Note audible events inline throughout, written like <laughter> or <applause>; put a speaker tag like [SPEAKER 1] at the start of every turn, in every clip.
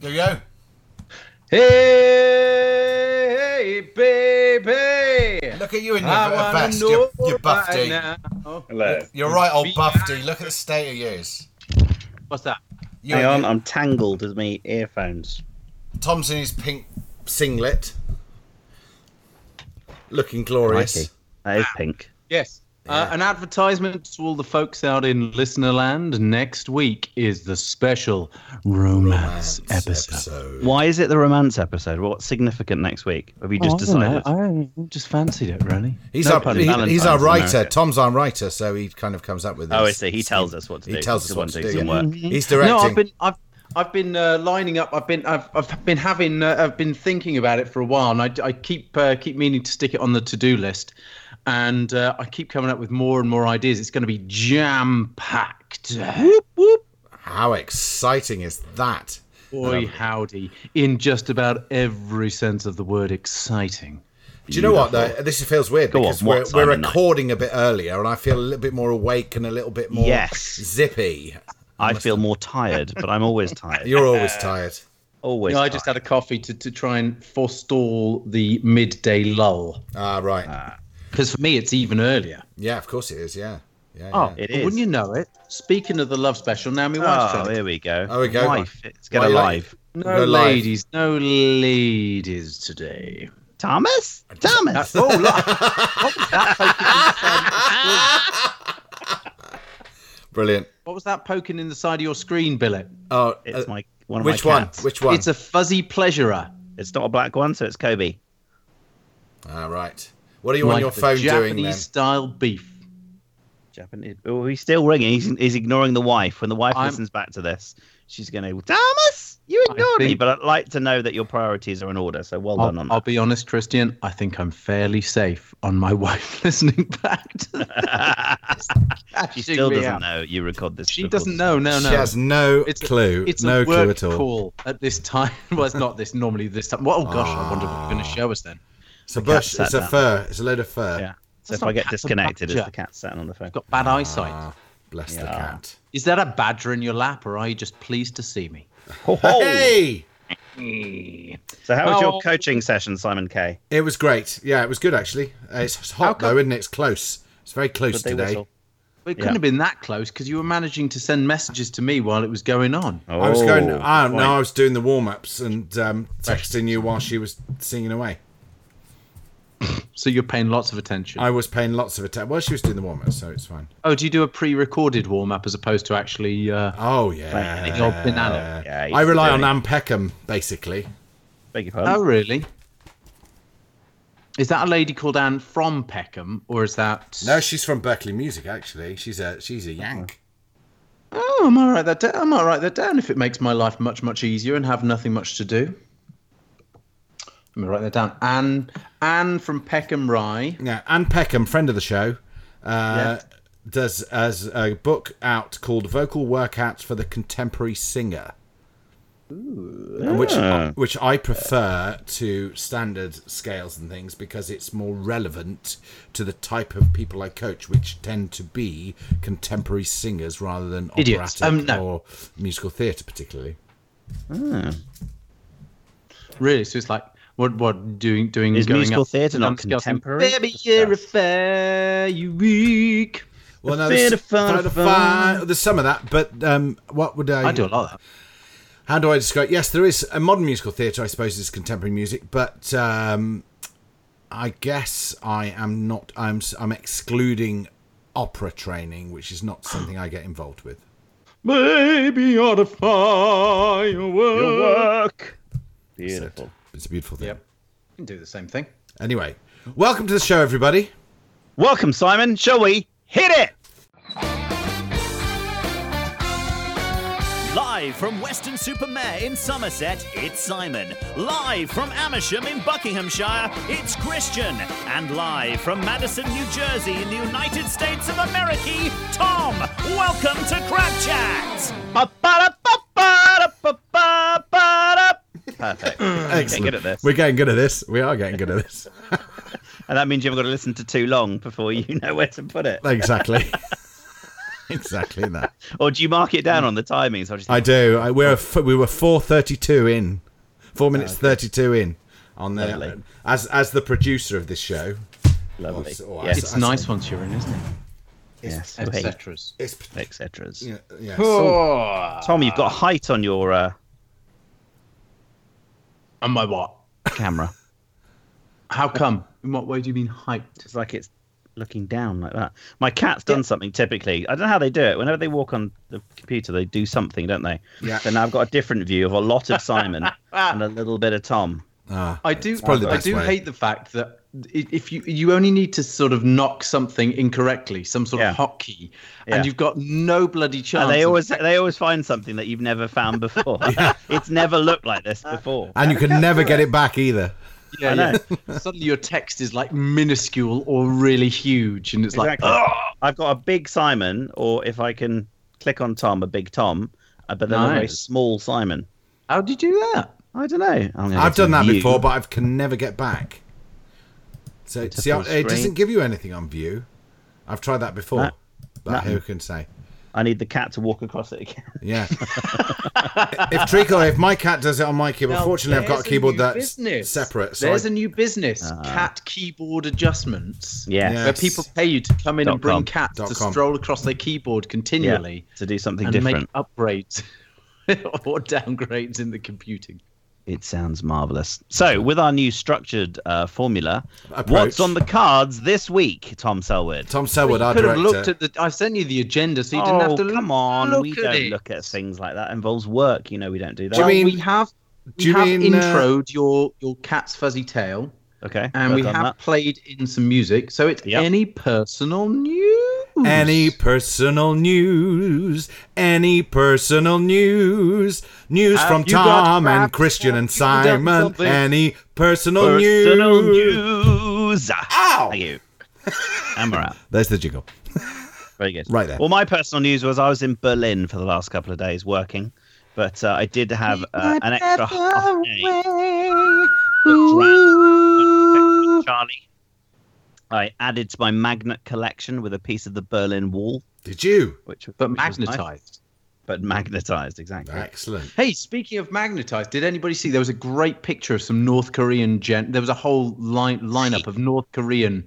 [SPEAKER 1] There you go.
[SPEAKER 2] Hey, hey, baby.
[SPEAKER 1] Look at you in your
[SPEAKER 2] I
[SPEAKER 1] a
[SPEAKER 2] want
[SPEAKER 1] vest.
[SPEAKER 2] to
[SPEAKER 1] You're,
[SPEAKER 2] know
[SPEAKER 1] you're buff
[SPEAKER 2] right
[SPEAKER 1] D.
[SPEAKER 2] now.
[SPEAKER 3] Hello.
[SPEAKER 1] You're right, old
[SPEAKER 2] Be-
[SPEAKER 1] buff D. Look at the state of yours.
[SPEAKER 2] What's that?
[SPEAKER 1] You,
[SPEAKER 3] Hang on, I'm tangled with me earphones.
[SPEAKER 1] Tom's in his pink singlet. Looking glorious.
[SPEAKER 3] Crikey. That is pink.
[SPEAKER 2] Yes. Uh, an advertisement to all the folks out in Listenerland. Next week is the special romance, episode.
[SPEAKER 3] Why is it the romance episode? What's significant next week? Have you just
[SPEAKER 2] Oh, I
[SPEAKER 3] decided?
[SPEAKER 2] don't know. I just fancied it, really.
[SPEAKER 1] He's,
[SPEAKER 3] No
[SPEAKER 1] our,
[SPEAKER 3] pun,
[SPEAKER 1] he- he's our
[SPEAKER 3] Valentine's in
[SPEAKER 1] writer.
[SPEAKER 3] America.
[SPEAKER 1] Tom's our writer, so he kind of comes up with this.
[SPEAKER 3] Oh, I see. He tells us what to
[SPEAKER 1] He
[SPEAKER 3] do. Mm-hmm.
[SPEAKER 1] tells us
[SPEAKER 3] This is
[SPEAKER 1] what
[SPEAKER 3] one
[SPEAKER 1] to
[SPEAKER 3] takes
[SPEAKER 1] do.
[SPEAKER 3] some
[SPEAKER 1] yeah.
[SPEAKER 3] work.
[SPEAKER 1] He's directing.
[SPEAKER 2] No, I've been, I've, I've been uh, lining up. I've been, I've, I've been having, uh, I've been thinking about it for a while, and I, I keep, uh, keep meaning to stick it on the to-do list, and uh, I keep coming up with more and more ideas. It's going to be jam-packed. Whoop whoop.
[SPEAKER 1] How exciting is that?
[SPEAKER 2] Boy, howdy! In just about every sense of the word, exciting.
[SPEAKER 1] Do you know what though? This feels weird
[SPEAKER 3] Go on,
[SPEAKER 1] because
[SPEAKER 3] what
[SPEAKER 1] we're,
[SPEAKER 3] time
[SPEAKER 1] we're
[SPEAKER 3] of night?
[SPEAKER 1] recording a bit earlier, and I feel a little bit more awake and a little bit more
[SPEAKER 3] Yes.
[SPEAKER 1] zippy.
[SPEAKER 3] I feel more tired, but
[SPEAKER 1] <laughs>
[SPEAKER 3] I'm always tired.
[SPEAKER 1] You're always tired.
[SPEAKER 3] always.
[SPEAKER 2] You know, I
[SPEAKER 3] tired.
[SPEAKER 2] just had a coffee to, to try and forestall the midday lull.
[SPEAKER 1] Ah, right.
[SPEAKER 3] uh.
[SPEAKER 2] Because for me, it's even earlier.
[SPEAKER 1] yeah, of course it is. Yeah. Yeah. yeah.
[SPEAKER 3] Oh, it
[SPEAKER 2] But
[SPEAKER 3] is.
[SPEAKER 2] Wouldn't you know it? Speaking of the love special, Naomi Watts.
[SPEAKER 3] Oh, here we go.
[SPEAKER 1] Oh, we go.
[SPEAKER 3] Life. Let's get
[SPEAKER 1] Why you like-
[SPEAKER 3] alive.
[SPEAKER 1] We're
[SPEAKER 2] no
[SPEAKER 1] live.
[SPEAKER 2] ladies, no ladies today.
[SPEAKER 3] Thomas? Thomas?
[SPEAKER 2] oh, look,
[SPEAKER 1] Brilliant.
[SPEAKER 2] what was that poking in the side of your screen, Billet?
[SPEAKER 1] Oh,
[SPEAKER 3] It's
[SPEAKER 1] uh,
[SPEAKER 3] my one of
[SPEAKER 1] which
[SPEAKER 3] my
[SPEAKER 1] one?
[SPEAKER 3] cats.
[SPEAKER 1] Which one?
[SPEAKER 2] It's a fuzzy pleasurer.
[SPEAKER 3] It's not a black one, so it's Kobe.
[SPEAKER 1] Ah, right. What are you on
[SPEAKER 2] like
[SPEAKER 1] your
[SPEAKER 2] the
[SPEAKER 1] phone
[SPEAKER 2] Japanese
[SPEAKER 1] doing then?
[SPEAKER 2] style beef.
[SPEAKER 3] Japanese. Oh, he's still ringing. He's, he's ignoring the wife. When the wife
[SPEAKER 2] I'm-
[SPEAKER 3] listens back to this, she's going to, Thomas, you ignored me.
[SPEAKER 2] think-
[SPEAKER 3] But I'd like to know that your priorities are in order. So well done on
[SPEAKER 2] I'll, I'll
[SPEAKER 3] that.
[SPEAKER 2] be honest, Christian. I think I'm fairly safe on my <laughs> wife listening back
[SPEAKER 1] <laughs>
[SPEAKER 2] to this.
[SPEAKER 3] <laughs> She still
[SPEAKER 2] Catching me
[SPEAKER 3] doesn't
[SPEAKER 2] out.
[SPEAKER 3] know you record this.
[SPEAKER 2] She
[SPEAKER 3] record
[SPEAKER 2] doesn't
[SPEAKER 3] this.
[SPEAKER 2] know. No, no.
[SPEAKER 1] She has no
[SPEAKER 2] It's a-
[SPEAKER 1] clue.
[SPEAKER 2] It's
[SPEAKER 1] no
[SPEAKER 2] a work
[SPEAKER 1] clue at all.
[SPEAKER 2] call at this time. <laughs> well, it's not this normally this time. Well, oh gosh, I wonder what you're going to
[SPEAKER 1] Ah.
[SPEAKER 2] show us then.
[SPEAKER 1] It's a bush.
[SPEAKER 3] sat
[SPEAKER 1] It's a
[SPEAKER 3] down.
[SPEAKER 1] fur. It's a load of fur.
[SPEAKER 3] Yeah. So
[SPEAKER 2] That's
[SPEAKER 3] if I
[SPEAKER 2] not
[SPEAKER 3] get
[SPEAKER 2] cats, a
[SPEAKER 3] disconnected, it's
[SPEAKER 2] badger.
[SPEAKER 3] the cat sat on the phone.
[SPEAKER 2] I've got bad eyesight.
[SPEAKER 1] Bless the
[SPEAKER 3] Yeah.
[SPEAKER 1] cat.
[SPEAKER 2] Is that a badger in your lap, or are you just pleased to see me?
[SPEAKER 3] Ho, ho.
[SPEAKER 1] Hey!
[SPEAKER 3] So how was
[SPEAKER 2] Oh.
[SPEAKER 3] your coaching session, Simon K?
[SPEAKER 1] It was great. Yeah, it was good actually. Uh, It's hot though, isn't it? It's close. It's very close
[SPEAKER 3] Did they
[SPEAKER 1] today.
[SPEAKER 3] whistle?
[SPEAKER 2] Well, it couldn't
[SPEAKER 3] Yeah.
[SPEAKER 2] have been that close because you were managing to send messages to me while it was going on.
[SPEAKER 3] Oh,
[SPEAKER 1] I was going.
[SPEAKER 3] good
[SPEAKER 1] Ah,
[SPEAKER 3] point.
[SPEAKER 1] no, I was doing the warm ups and um, texting you while she was singing away.
[SPEAKER 2] So you're paying lots of attention.
[SPEAKER 1] I was paying lots of attention. Well, she was doing the warm ups, so it's fine.
[SPEAKER 2] oh, do you do a pre-recorded warm-up as opposed to actually? Uh,
[SPEAKER 1] Oh
[SPEAKER 3] Playing
[SPEAKER 1] yeah.
[SPEAKER 3] it.
[SPEAKER 2] Your banana.
[SPEAKER 3] Yeah, he's
[SPEAKER 1] I rely on
[SPEAKER 3] doing it.
[SPEAKER 1] Ann Peckham basically.
[SPEAKER 3] Beg your
[SPEAKER 2] oh,
[SPEAKER 3] pardon.
[SPEAKER 2] really? Is that a lady called Anne from Peckham, or is that?
[SPEAKER 1] No, she's from Berkeley Music actually. She's a she's a Yank.
[SPEAKER 2] Oh, I might write that down. I might write that down if it makes my life much, much easier and have nothing much to do. Let me write that down. Anne, Anne from Peckham Rye.
[SPEAKER 1] Yeah, Ann Peckham, friend of the show, uh, does as a book out called "Vocal Workouts for the Contemporary Singer," Ooh. which
[SPEAKER 3] Ah.
[SPEAKER 1] which I prefer to standard scales and things because it's more relevant to the type of people I coach, which tend to be contemporary singers rather than
[SPEAKER 2] Idiots.
[SPEAKER 1] operatic
[SPEAKER 2] Um, no.
[SPEAKER 1] or musical theatre, particularly.
[SPEAKER 2] Really? So it's like what? What doing? Doing
[SPEAKER 3] Is
[SPEAKER 2] going
[SPEAKER 3] musical
[SPEAKER 2] up
[SPEAKER 3] theatre not
[SPEAKER 2] and scales and,
[SPEAKER 3] contemporary?
[SPEAKER 2] Baby, you're a fair, you weak.
[SPEAKER 1] Well, no,
[SPEAKER 3] bit
[SPEAKER 1] there's,
[SPEAKER 3] of fun,
[SPEAKER 1] there's
[SPEAKER 3] fun.
[SPEAKER 1] fun- there's some of that, but um, what would I?
[SPEAKER 2] I do a lot of that.
[SPEAKER 1] how do I describe? Yes, there is a modern musical theatre. I suppose is contemporary music, but um, I guess I am not. I'm s- I'm excluding opera training, which is not something I get involved with.
[SPEAKER 2] Baby, you're a firework.
[SPEAKER 3] Your work. Beautiful.
[SPEAKER 1] It's a beautiful thing.
[SPEAKER 2] Yep. You can do the same thing.
[SPEAKER 1] Anyway, welcome to the show, everybody.
[SPEAKER 3] Welcome, Simon. Shall we hit it?
[SPEAKER 4] Live from Weston super Mare in Somerset, it's Simon. Live from Amersham in Buckinghamshire, it's Christian. And live from Madison, New Jersey in the United States of America, Tom. Welcome to Crab Chat.
[SPEAKER 3] Ba-ba-da-ba-ba-da-ba-ba-ba-da. Perfect. Get
[SPEAKER 1] Excellent.
[SPEAKER 3] good at this.
[SPEAKER 1] We're getting good at this. We are getting good at this.
[SPEAKER 3] <laughs> And that means you haven't got to listen to too long before you know where to put it.
[SPEAKER 1] exactly. exactly that.
[SPEAKER 3] Or do you mark it down on the timings? I just
[SPEAKER 1] I do. I, we're f- we were four thirty two in, four minutes thirty two in on the
[SPEAKER 3] Lovely.
[SPEAKER 1] as as the producer of this show.
[SPEAKER 3] lovely.
[SPEAKER 1] Or- or
[SPEAKER 3] yes,
[SPEAKER 1] as-
[SPEAKER 2] It's
[SPEAKER 1] as-
[SPEAKER 2] nice once you're in, isn't it?
[SPEAKER 3] yes.
[SPEAKER 2] Et
[SPEAKER 3] Okay.
[SPEAKER 2] cetera's.
[SPEAKER 1] It's
[SPEAKER 3] Etc.
[SPEAKER 1] yeah, yeah.
[SPEAKER 2] Oh,
[SPEAKER 3] Tom, you've got height on your uh,
[SPEAKER 2] and my what?
[SPEAKER 3] <laughs> camera.
[SPEAKER 2] How come? In what way do you mean hyped?
[SPEAKER 3] It's like it's looking down like that. My cat's done something typically. I don't know how they do it. Whenever they walk on the computer, they do something, don't they?
[SPEAKER 1] Yeah.
[SPEAKER 3] So now I've got a different view of a lot of <laughs> Simon and a little bit of Tom.
[SPEAKER 1] Ah,
[SPEAKER 2] I do.
[SPEAKER 1] probably the
[SPEAKER 2] I
[SPEAKER 1] best
[SPEAKER 2] do
[SPEAKER 1] way.
[SPEAKER 2] hate the fact that i- if you you only need to sort of knock something incorrectly, some sort
[SPEAKER 3] Yeah.
[SPEAKER 2] of hotkey,
[SPEAKER 3] Yeah.
[SPEAKER 2] and you've got no bloody chance.
[SPEAKER 3] And they
[SPEAKER 2] of-
[SPEAKER 3] <laughs> always they always find something that you've never found <laughs> before. It's never looked like this before.
[SPEAKER 1] and you can never get it back either.
[SPEAKER 3] I
[SPEAKER 2] yeah, <laughs> yeah. Suddenly your text is like minuscule or really huge, and it's
[SPEAKER 3] Exactly.
[SPEAKER 2] like,
[SPEAKER 3] I've got a big Simon, or if I can click on Tom, a big Tom, uh, but then a very
[SPEAKER 2] Nice.
[SPEAKER 3] small Simon.
[SPEAKER 2] "Oh, how did you do that?
[SPEAKER 3] I don't know. I'm gonna
[SPEAKER 1] I've
[SPEAKER 3] go to
[SPEAKER 1] done that
[SPEAKER 3] view.
[SPEAKER 1] before, but I can never get back. So see,
[SPEAKER 3] full
[SPEAKER 1] I- it doesn't
[SPEAKER 3] screen.
[SPEAKER 1] give you anything on view. I've tried that before.
[SPEAKER 3] No.
[SPEAKER 1] but who
[SPEAKER 3] Nothing.
[SPEAKER 1] can say?
[SPEAKER 3] I need the cat to walk across it again. <laughs>
[SPEAKER 1] Yeah. if Treacle, if my cat does it on my keyboard,
[SPEAKER 2] Now,
[SPEAKER 1] fortunately I've got
[SPEAKER 2] there's
[SPEAKER 1] a keyboard
[SPEAKER 2] new
[SPEAKER 1] that's
[SPEAKER 2] business.
[SPEAKER 1] separate. So
[SPEAKER 2] there's
[SPEAKER 1] I-
[SPEAKER 2] a new business, cat keyboard adjustments.
[SPEAKER 3] Yes.
[SPEAKER 1] Yeah.
[SPEAKER 2] Where people pay you to come in
[SPEAKER 3] Dot
[SPEAKER 2] and bring
[SPEAKER 3] com.
[SPEAKER 2] cats
[SPEAKER 1] Dot
[SPEAKER 2] to
[SPEAKER 1] com.
[SPEAKER 2] stroll across their keyboard continually
[SPEAKER 3] to do something
[SPEAKER 2] and
[SPEAKER 3] different.
[SPEAKER 2] make upgrades <laughs> or downgrades in the computing.
[SPEAKER 3] It sounds marvelous. So, with our new structured uh, formula,
[SPEAKER 1] Approach.
[SPEAKER 3] what's on the cards this week, Tom Selwood?
[SPEAKER 1] Tom Selwood,
[SPEAKER 2] you
[SPEAKER 1] our
[SPEAKER 2] could
[SPEAKER 1] director.
[SPEAKER 2] have looked at the. I sent you the agenda, so you didn't have to.
[SPEAKER 3] oh,
[SPEAKER 2] look-
[SPEAKER 3] come on.
[SPEAKER 2] look
[SPEAKER 3] we
[SPEAKER 2] at
[SPEAKER 3] don't
[SPEAKER 2] it.
[SPEAKER 3] look at things like that. It involves work. You know, we don't do that.
[SPEAKER 1] Do you
[SPEAKER 2] Well,
[SPEAKER 1] mean-
[SPEAKER 2] we have? We
[SPEAKER 1] do you
[SPEAKER 2] have
[SPEAKER 1] mean, uh,
[SPEAKER 2] introed your your cat's fuzzy tail,
[SPEAKER 3] okay.
[SPEAKER 2] and
[SPEAKER 3] work
[SPEAKER 2] we
[SPEAKER 3] on
[SPEAKER 2] have
[SPEAKER 3] that.
[SPEAKER 2] played in some music. So it's
[SPEAKER 3] Yep.
[SPEAKER 2] any personal news.
[SPEAKER 1] Any personal news? Any personal news? News
[SPEAKER 2] Have
[SPEAKER 1] from
[SPEAKER 2] you got
[SPEAKER 1] Tom and
[SPEAKER 2] crap?
[SPEAKER 1] Christian and
[SPEAKER 2] Have you done
[SPEAKER 1] Simon.
[SPEAKER 2] something?
[SPEAKER 1] Any personal,
[SPEAKER 3] personal
[SPEAKER 1] news?
[SPEAKER 3] news.
[SPEAKER 1] Ow!
[SPEAKER 3] Thank you. And we're out.
[SPEAKER 1] There's the jiggle.
[SPEAKER 3] Very good.
[SPEAKER 1] Right there.
[SPEAKER 3] Well, my personal news was I was in Berlin for the last couple of days working, but uh, I did have uh, an extra half day. to drag- Charlie. I added to my magnet collection with a piece of the Berlin Wall,
[SPEAKER 1] Did you?
[SPEAKER 3] which
[SPEAKER 2] But
[SPEAKER 3] which was nice,
[SPEAKER 2] magnetized.
[SPEAKER 3] but magnetized exactly.
[SPEAKER 1] Excellent.
[SPEAKER 2] Hey, speaking of magnetized, did anybody see there was a great picture of some North Korean gen? There was a whole line lineup of North Korean,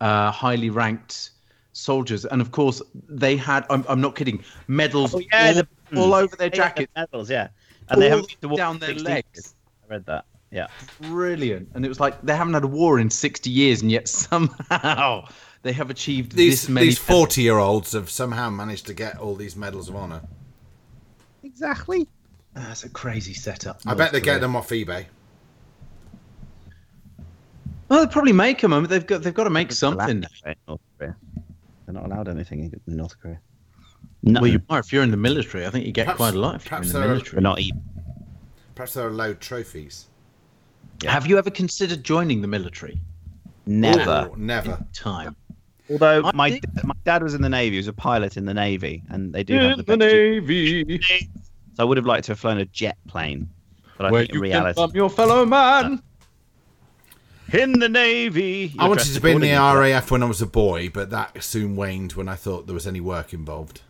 [SPEAKER 2] uh, highly ranked soldiers, and of course they had. I'm, I'm not kidding. Medals
[SPEAKER 3] Oh, yeah,
[SPEAKER 2] all,
[SPEAKER 3] the-
[SPEAKER 2] all over their
[SPEAKER 3] They have
[SPEAKER 2] jackets,
[SPEAKER 3] medals, yeah, and
[SPEAKER 2] all
[SPEAKER 3] they haven't been to war
[SPEAKER 2] down
[SPEAKER 3] for
[SPEAKER 2] their
[SPEAKER 3] 60 years.
[SPEAKER 2] legs.
[SPEAKER 3] I read that. Yeah,
[SPEAKER 2] Brilliant. And it was like they haven't had a war in 60 years, and yet somehow <laughs> they have achieved
[SPEAKER 1] These
[SPEAKER 2] this many.
[SPEAKER 1] these forty year olds have somehow managed to get all these medals of honor.
[SPEAKER 3] exactly.
[SPEAKER 2] That's Ah, a crazy setup.
[SPEAKER 1] I bet they get them off eBay.
[SPEAKER 2] Well, they probably make them. I mean, they've got they've got to make something.
[SPEAKER 3] North Korea. They're not allowed anything in North Korea. No,
[SPEAKER 2] Well, you are if you're in the military. I think you get
[SPEAKER 1] Perhaps-
[SPEAKER 2] quite a lot if you're
[SPEAKER 1] perhaps
[SPEAKER 2] in the
[SPEAKER 1] they're-
[SPEAKER 2] military.
[SPEAKER 3] we're not even.
[SPEAKER 1] Perhaps they're allowed trophies.
[SPEAKER 2] Have you ever considered joining the military?
[SPEAKER 3] Never.
[SPEAKER 1] Or never.
[SPEAKER 2] Time.
[SPEAKER 3] Although
[SPEAKER 2] I
[SPEAKER 3] my
[SPEAKER 2] think-
[SPEAKER 3] my dad was in the navy, he was a pilot in the navy, and they do have the, best
[SPEAKER 2] navy,
[SPEAKER 3] jet- So I would have liked to have flown a jet plane, but I think in reality,
[SPEAKER 2] your fellow man.
[SPEAKER 3] in the navy.
[SPEAKER 1] I
[SPEAKER 3] you're
[SPEAKER 1] wanted
[SPEAKER 3] dressed
[SPEAKER 1] to be in the
[SPEAKER 3] accordingly.
[SPEAKER 1] RAF when I was a boy, but that soon waned when I thought there was any work involved.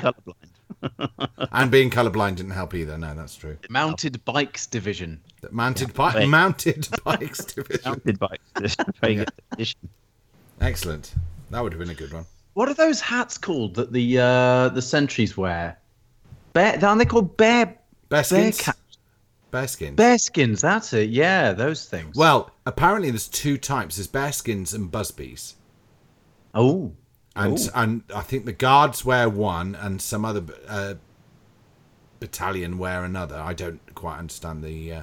[SPEAKER 3] Colourblind.
[SPEAKER 1] And being colourblind didn't help either. No, that's true.
[SPEAKER 2] Mounted Bikes Division.
[SPEAKER 1] Mounted bike,
[SPEAKER 3] Wait.
[SPEAKER 1] mounted bikes division.
[SPEAKER 3] Mounted <laughs> bikes. Very good addition.
[SPEAKER 1] Excellent. That would have been a good one.
[SPEAKER 2] What are those hats called that the uh, the sentries wear? Bear, aren't they called bear
[SPEAKER 1] Bear
[SPEAKER 2] bear
[SPEAKER 1] skins.
[SPEAKER 2] cap?
[SPEAKER 1] Bear skins.
[SPEAKER 2] Bear skins. That's it. Yeah, those things.
[SPEAKER 1] Well, apparently there's two types: there's bear skins and busbies.
[SPEAKER 2] oh,
[SPEAKER 1] And and I think the guards wear one, and some other uh, battalion wear another. I don't quite understand the. Uh,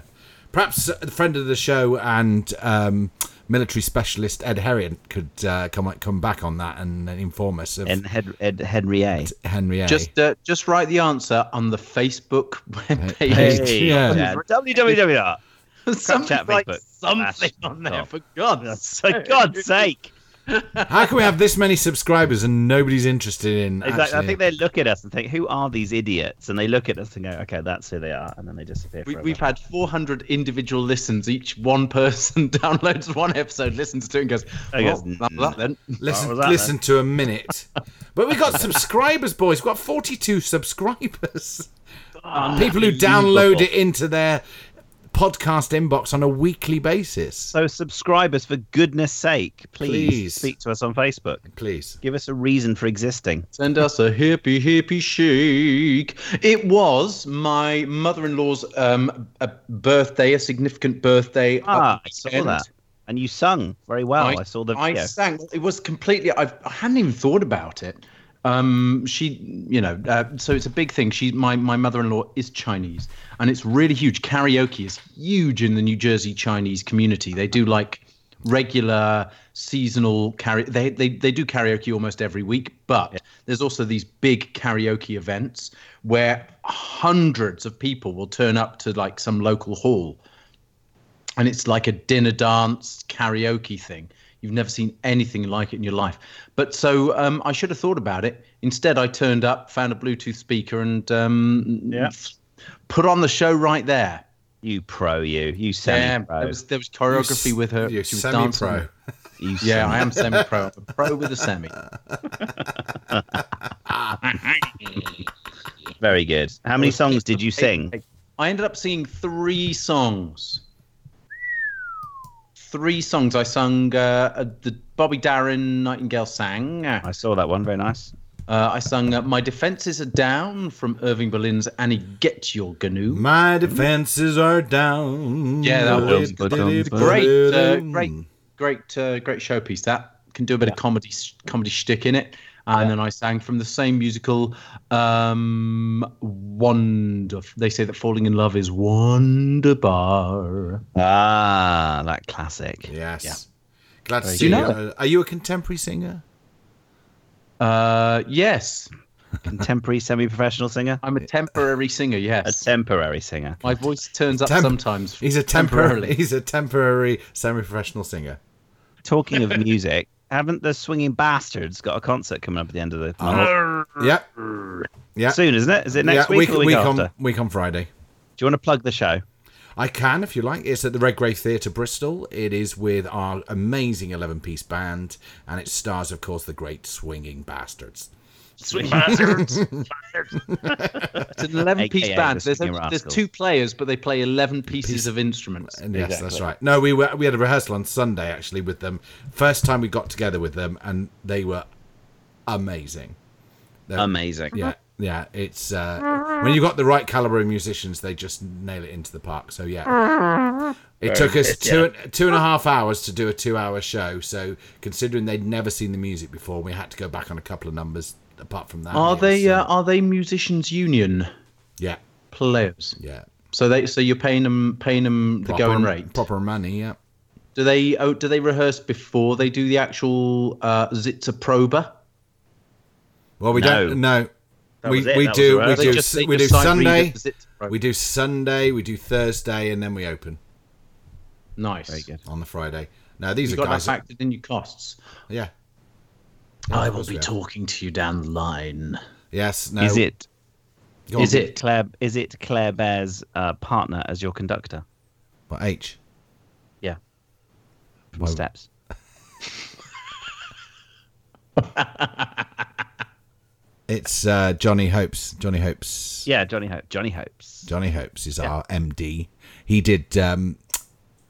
[SPEAKER 1] perhaps a friend of the show and um, military specialist Ed Herriot could uh, come come back on that and inform us of
[SPEAKER 3] And Hed- Ed, Henry A.
[SPEAKER 1] Henry A.
[SPEAKER 2] just uh, just write the answer on the Facebook webpage. <laughs>
[SPEAKER 1] Hey, yeah.
[SPEAKER 3] yeah. www.
[SPEAKER 2] something
[SPEAKER 3] Chat
[SPEAKER 2] like
[SPEAKER 3] Facebook.
[SPEAKER 2] something
[SPEAKER 3] That's
[SPEAKER 2] on there
[SPEAKER 3] top.
[SPEAKER 2] for God's
[SPEAKER 3] <laughs> For
[SPEAKER 2] sake.
[SPEAKER 3] God's sake.
[SPEAKER 1] How can we have this many subscribers and nobody's interested in?
[SPEAKER 3] Exactly. I
[SPEAKER 1] actually-
[SPEAKER 3] think they look at us and think, "Who are these idiots?" And they look at us and go, "Okay, that's who they are," and then they disappear.
[SPEAKER 2] We,
[SPEAKER 3] forever.
[SPEAKER 2] we've had 400 individual listens. Each one person <laughs> downloads one episode, listens to it, and goes,
[SPEAKER 3] I guess-
[SPEAKER 2] "Well, that was that then."
[SPEAKER 1] listen,
[SPEAKER 3] What was that
[SPEAKER 1] listen to a minute. But we got subscribers, boys. We've got 42
[SPEAKER 3] <laughs>
[SPEAKER 1] subscribers.
[SPEAKER 2] <laughs>
[SPEAKER 1] People who download it into their podcast inbox on a weekly basis.
[SPEAKER 3] So, subscribers, for goodness' sake, please,
[SPEAKER 1] Please.
[SPEAKER 3] speak to us on Facebook.
[SPEAKER 1] Please.
[SPEAKER 3] Give us a reason for existing.
[SPEAKER 2] Send us a hippie hippie shake. It was my mother-in-law's um, a birthday, a significant birthday. at the
[SPEAKER 3] Ah, I saw
[SPEAKER 2] weekend.
[SPEAKER 3] that, and you sung very well. I, saw the
[SPEAKER 2] I
[SPEAKER 3] video.
[SPEAKER 2] sang. It was completely. I've, I hadn't even thought about it. Um, she, you know, uh, so it's a big thing. She, my, my mother-in-law is Chinese, and it's really huge. Karaoke is huge in the New Jersey Chinese community. They do like regular seasonal karaoke. They, they they do karaoke almost every week, but there's also these big karaoke events where hundreds of people will turn up to like some local hall and it's like a dinner dance karaoke thing. You've never seen anything like it in your life. But so um, I should have thought about it. Instead, I turned up, found a Bluetooth speaker, and um,
[SPEAKER 3] Yeah.
[SPEAKER 2] f- put on the show right there.
[SPEAKER 3] you pro, you you semi pro.
[SPEAKER 2] there was there was choreography
[SPEAKER 1] You s-
[SPEAKER 2] with her.
[SPEAKER 1] You're
[SPEAKER 2] She was
[SPEAKER 1] semi pro.
[SPEAKER 2] dancing. Yeah, I am semi-pro.
[SPEAKER 1] <laughs>
[SPEAKER 2] I'm a pro with a semi.
[SPEAKER 3] very good. How many songs did you sing?
[SPEAKER 2] I ended up singing three songs. Three songs. I sung uh, uh, the Bobby Darin Nightingale sang.
[SPEAKER 3] I saw that one. Very nice.
[SPEAKER 2] Uh, I sung uh, My Defenses Are Down from Irving Berlin's Annie Get Your Gnu.
[SPEAKER 1] My defenses are down.
[SPEAKER 2] Yeah, that
[SPEAKER 3] was-
[SPEAKER 2] Great, uh, great, great, uh, great showpiece that. Can do a bit of comedy comedy shtick in it. And then I sang from the same musical, um, Wonderf. They say that falling in love is Wonderbar.
[SPEAKER 3] Ah, that classic.
[SPEAKER 1] Yes. Glad to
[SPEAKER 3] Very
[SPEAKER 1] see you.
[SPEAKER 2] good. You
[SPEAKER 1] Are you a contemporary singer?
[SPEAKER 2] Uh, yes,
[SPEAKER 3] <laughs> Contemporary semi-professional singer.
[SPEAKER 2] I'm a temporary singer.
[SPEAKER 3] A
[SPEAKER 2] Yes,
[SPEAKER 3] temporary singer.
[SPEAKER 2] my voice turns up
[SPEAKER 1] Temp-
[SPEAKER 2] sometimes.
[SPEAKER 1] He's a temporary.
[SPEAKER 2] temporarily.
[SPEAKER 1] <laughs> He's a temporary semi-professional singer.
[SPEAKER 3] Talking of music, haven't the Swinging Bastards got a concert coming up at the end of the month?
[SPEAKER 1] Yep. Oh, Yeah.
[SPEAKER 3] Soon, isn't it? Is it next
[SPEAKER 1] yeah,
[SPEAKER 3] week, or the week, after?
[SPEAKER 1] on week on Friday.
[SPEAKER 3] Do you want to plug the show?
[SPEAKER 1] I can, if you like. It's at the Redgrave Theatre, Bristol. It is with our amazing 11 piece band, and it stars, of course, the great Swinging Bastards.
[SPEAKER 3] Swinging Bastards.
[SPEAKER 2] It's an
[SPEAKER 3] <laughs>
[SPEAKER 2] 11 piece
[SPEAKER 3] AKA
[SPEAKER 2] band.
[SPEAKER 3] the
[SPEAKER 2] There's,
[SPEAKER 3] Singing
[SPEAKER 2] there's
[SPEAKER 3] Rascals.
[SPEAKER 2] two players, but they play 11 pieces of instruments.
[SPEAKER 1] And yes, that's right. No, we were, we had a rehearsal on Sunday, actually, with them. First time we got together with them, and they were amazing.
[SPEAKER 3] Amazing.
[SPEAKER 1] Yeah. Yeah, it's uh, when you've got the right caliber of musicians, they just nail it into the park. So yeah, it took us two two and a half hours to do a two hour show. So considering they'd never seen the music before, we had to go back on a couple of numbers. Apart from that,
[SPEAKER 2] Are
[SPEAKER 1] yes,
[SPEAKER 2] they
[SPEAKER 1] so-
[SPEAKER 2] uh, are they musicians union
[SPEAKER 1] yeah,
[SPEAKER 2] players?
[SPEAKER 1] yeah.
[SPEAKER 2] So they so you're paying them paying them the going rate.
[SPEAKER 1] proper money. Yeah,
[SPEAKER 2] Do they oh, do they rehearse before they do the actual uh, zitza proba?
[SPEAKER 1] Well, we
[SPEAKER 3] No.
[SPEAKER 1] don't. No,
[SPEAKER 3] That
[SPEAKER 1] we
[SPEAKER 3] was it,
[SPEAKER 1] we
[SPEAKER 3] that was
[SPEAKER 1] do
[SPEAKER 3] the
[SPEAKER 1] we
[SPEAKER 3] rehearsal.
[SPEAKER 1] do
[SPEAKER 2] They just- they
[SPEAKER 1] we do
[SPEAKER 2] just sign read
[SPEAKER 1] Sunday,
[SPEAKER 2] at the zitza proba.
[SPEAKER 1] we do Sunday, we do Thursday, and then we open
[SPEAKER 2] nice.
[SPEAKER 3] Very good.
[SPEAKER 1] on the Friday. Now these
[SPEAKER 2] You
[SPEAKER 1] are
[SPEAKER 2] got that
[SPEAKER 1] guys. that-
[SPEAKER 2] factored in your costs.
[SPEAKER 1] yeah.
[SPEAKER 2] I
[SPEAKER 1] of
[SPEAKER 2] will
[SPEAKER 1] course
[SPEAKER 2] be
[SPEAKER 1] we have.
[SPEAKER 2] talking to you down the line.
[SPEAKER 1] Yes. No.
[SPEAKER 3] Is it?
[SPEAKER 1] Uh, Go on.
[SPEAKER 2] Is it?
[SPEAKER 3] Claire? Is it Claire Bear's uh, partner as your conductor?
[SPEAKER 1] What H?
[SPEAKER 3] Yeah. From
[SPEAKER 1] Why-
[SPEAKER 3] Steps.
[SPEAKER 1] It's uh, Johnny Hopes. Johnny Hopes.
[SPEAKER 3] Yeah, Johnny Hope. Johnny Hopes.
[SPEAKER 1] Johnny Hopes is our MD. He did. Um,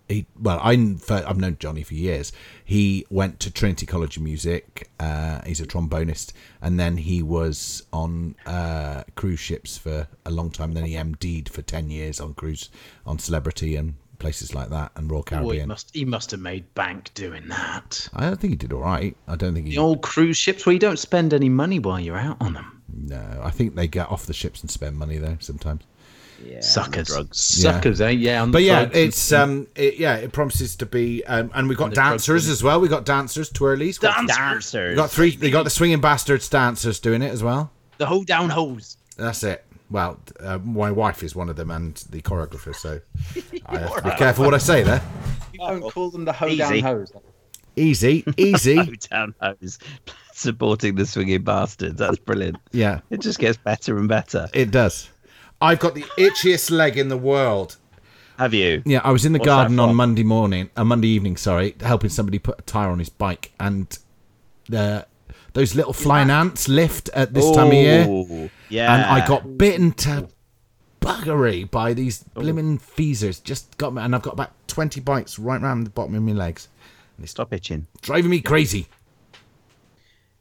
[SPEAKER 1] he well, I kn- for, I've known Johnny for years. He went to Trinity College of Music. Uh, he's a trombonist, and then he was on uh, cruise ships for a long time. And then he MD'd for ten years on cruise on Celebrity and places like that, and Royal
[SPEAKER 2] Boy, he
[SPEAKER 1] Caribbean.
[SPEAKER 2] must he must have made bank doing that.
[SPEAKER 1] I don't think he did all right. I don't think he.
[SPEAKER 2] The old cruise ships where you don't spend any money while you're out on them.
[SPEAKER 1] No, I think they get off the ships and spend money though sometimes.
[SPEAKER 3] Yeah.
[SPEAKER 2] Suckers.
[SPEAKER 3] drugs.
[SPEAKER 2] Suckers, eh? Yeah. on the
[SPEAKER 1] But yeah,
[SPEAKER 2] drugs and-
[SPEAKER 1] it's um, it, yeah, it promises to be, um, and we've got
[SPEAKER 2] the drugs
[SPEAKER 1] dancers
[SPEAKER 2] and-
[SPEAKER 1] as well. We've got dancers, twirlies, we've got-
[SPEAKER 3] Dancers.
[SPEAKER 1] we've got three. They got the swinging bastards dancers doing it as well.
[SPEAKER 2] the whole down hose.
[SPEAKER 1] That's it. Well, uh, my wife is one of them and the choreographer, so I have to be careful what I say there.
[SPEAKER 2] Oh, You don't call them the ho
[SPEAKER 3] Easy.
[SPEAKER 2] down hose.
[SPEAKER 1] Easy, easy.
[SPEAKER 3] Hometown hoes supporting the swinging bastards. That's brilliant.
[SPEAKER 1] yeah,
[SPEAKER 3] It just gets better and better.
[SPEAKER 1] it does. I've got the itchiest leg in the world.
[SPEAKER 3] Have you?
[SPEAKER 1] Yeah, I was in the
[SPEAKER 3] What's that
[SPEAKER 1] garden on
[SPEAKER 3] from?
[SPEAKER 1] Monday morning, uh, Monday evening, sorry, helping somebody put a tire on his bike, and uh, those little flying ants lift at this time of year, and
[SPEAKER 3] Ooh, Yeah.
[SPEAKER 1] I got bitten to buggery by these blimmin' feasers. Just got me, and I've got about twenty bites right round the bottom of my legs,
[SPEAKER 3] Stop itching.
[SPEAKER 1] driving me crazy.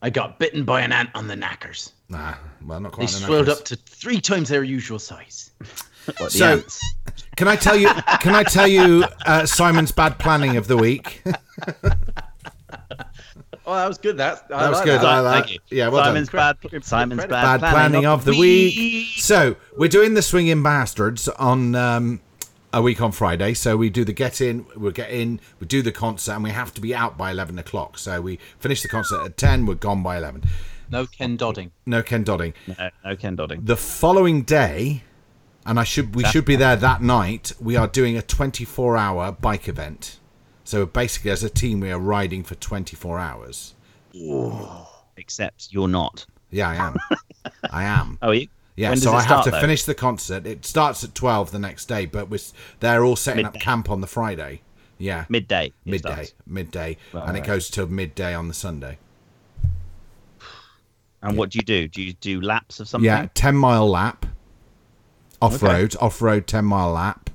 [SPEAKER 2] I got bitten by an ant on the knackers.
[SPEAKER 1] Nah, well, not
[SPEAKER 2] They
[SPEAKER 1] quite. on the
[SPEAKER 2] swelled
[SPEAKER 1] knackers.
[SPEAKER 2] up to three times their usual size.
[SPEAKER 3] What, the
[SPEAKER 1] So-
[SPEAKER 3] ants?
[SPEAKER 1] Can I tell you? Can I tell
[SPEAKER 3] <laughs>
[SPEAKER 1] you uh, Simon's bad planning of the week?
[SPEAKER 2] Oh, that was good. That,
[SPEAKER 1] That was good. I like.
[SPEAKER 3] Thank you.
[SPEAKER 1] Yeah, well done.
[SPEAKER 3] Simon's bad.
[SPEAKER 2] Credit-
[SPEAKER 3] Simon's
[SPEAKER 2] credit.
[SPEAKER 1] bad
[SPEAKER 3] bad,
[SPEAKER 1] planning of the week. So we're doing the swinging bastards on um, a week on Friday. So we do the get in, we get in, we do the concert, and we have to be out by eleven o'clock. So we finish the concert at ten. We're gone by eleven.
[SPEAKER 2] No Ken Dodding.
[SPEAKER 1] No Ken Dodding.
[SPEAKER 3] No, no Ken Dodding.
[SPEAKER 1] The following day, and I should we should be there that night. We are doing a twenty-four hour bike event. So basically, as a team, we are riding for twenty-four hours.
[SPEAKER 3] Except you're not.
[SPEAKER 1] Yeah, I <laughs> am. I am.
[SPEAKER 3] Oh, are you?
[SPEAKER 1] Yeah,
[SPEAKER 3] When does
[SPEAKER 1] so
[SPEAKER 3] it
[SPEAKER 1] I have
[SPEAKER 3] start,
[SPEAKER 1] to
[SPEAKER 3] though?
[SPEAKER 1] finish the concert. It starts at twelve the next day, but we're, s- they're all setting up
[SPEAKER 3] Midday.
[SPEAKER 1] camp on the Friday. Yeah,
[SPEAKER 3] midday. it
[SPEAKER 1] midday,
[SPEAKER 3] starts.
[SPEAKER 1] midday,
[SPEAKER 3] Right,
[SPEAKER 1] and it
[SPEAKER 3] right.
[SPEAKER 1] goes till midday on the Sunday.
[SPEAKER 3] And what do you do? Do you do laps of something?
[SPEAKER 1] Yeah, ten mile lap, off road, off road, ten mile lap,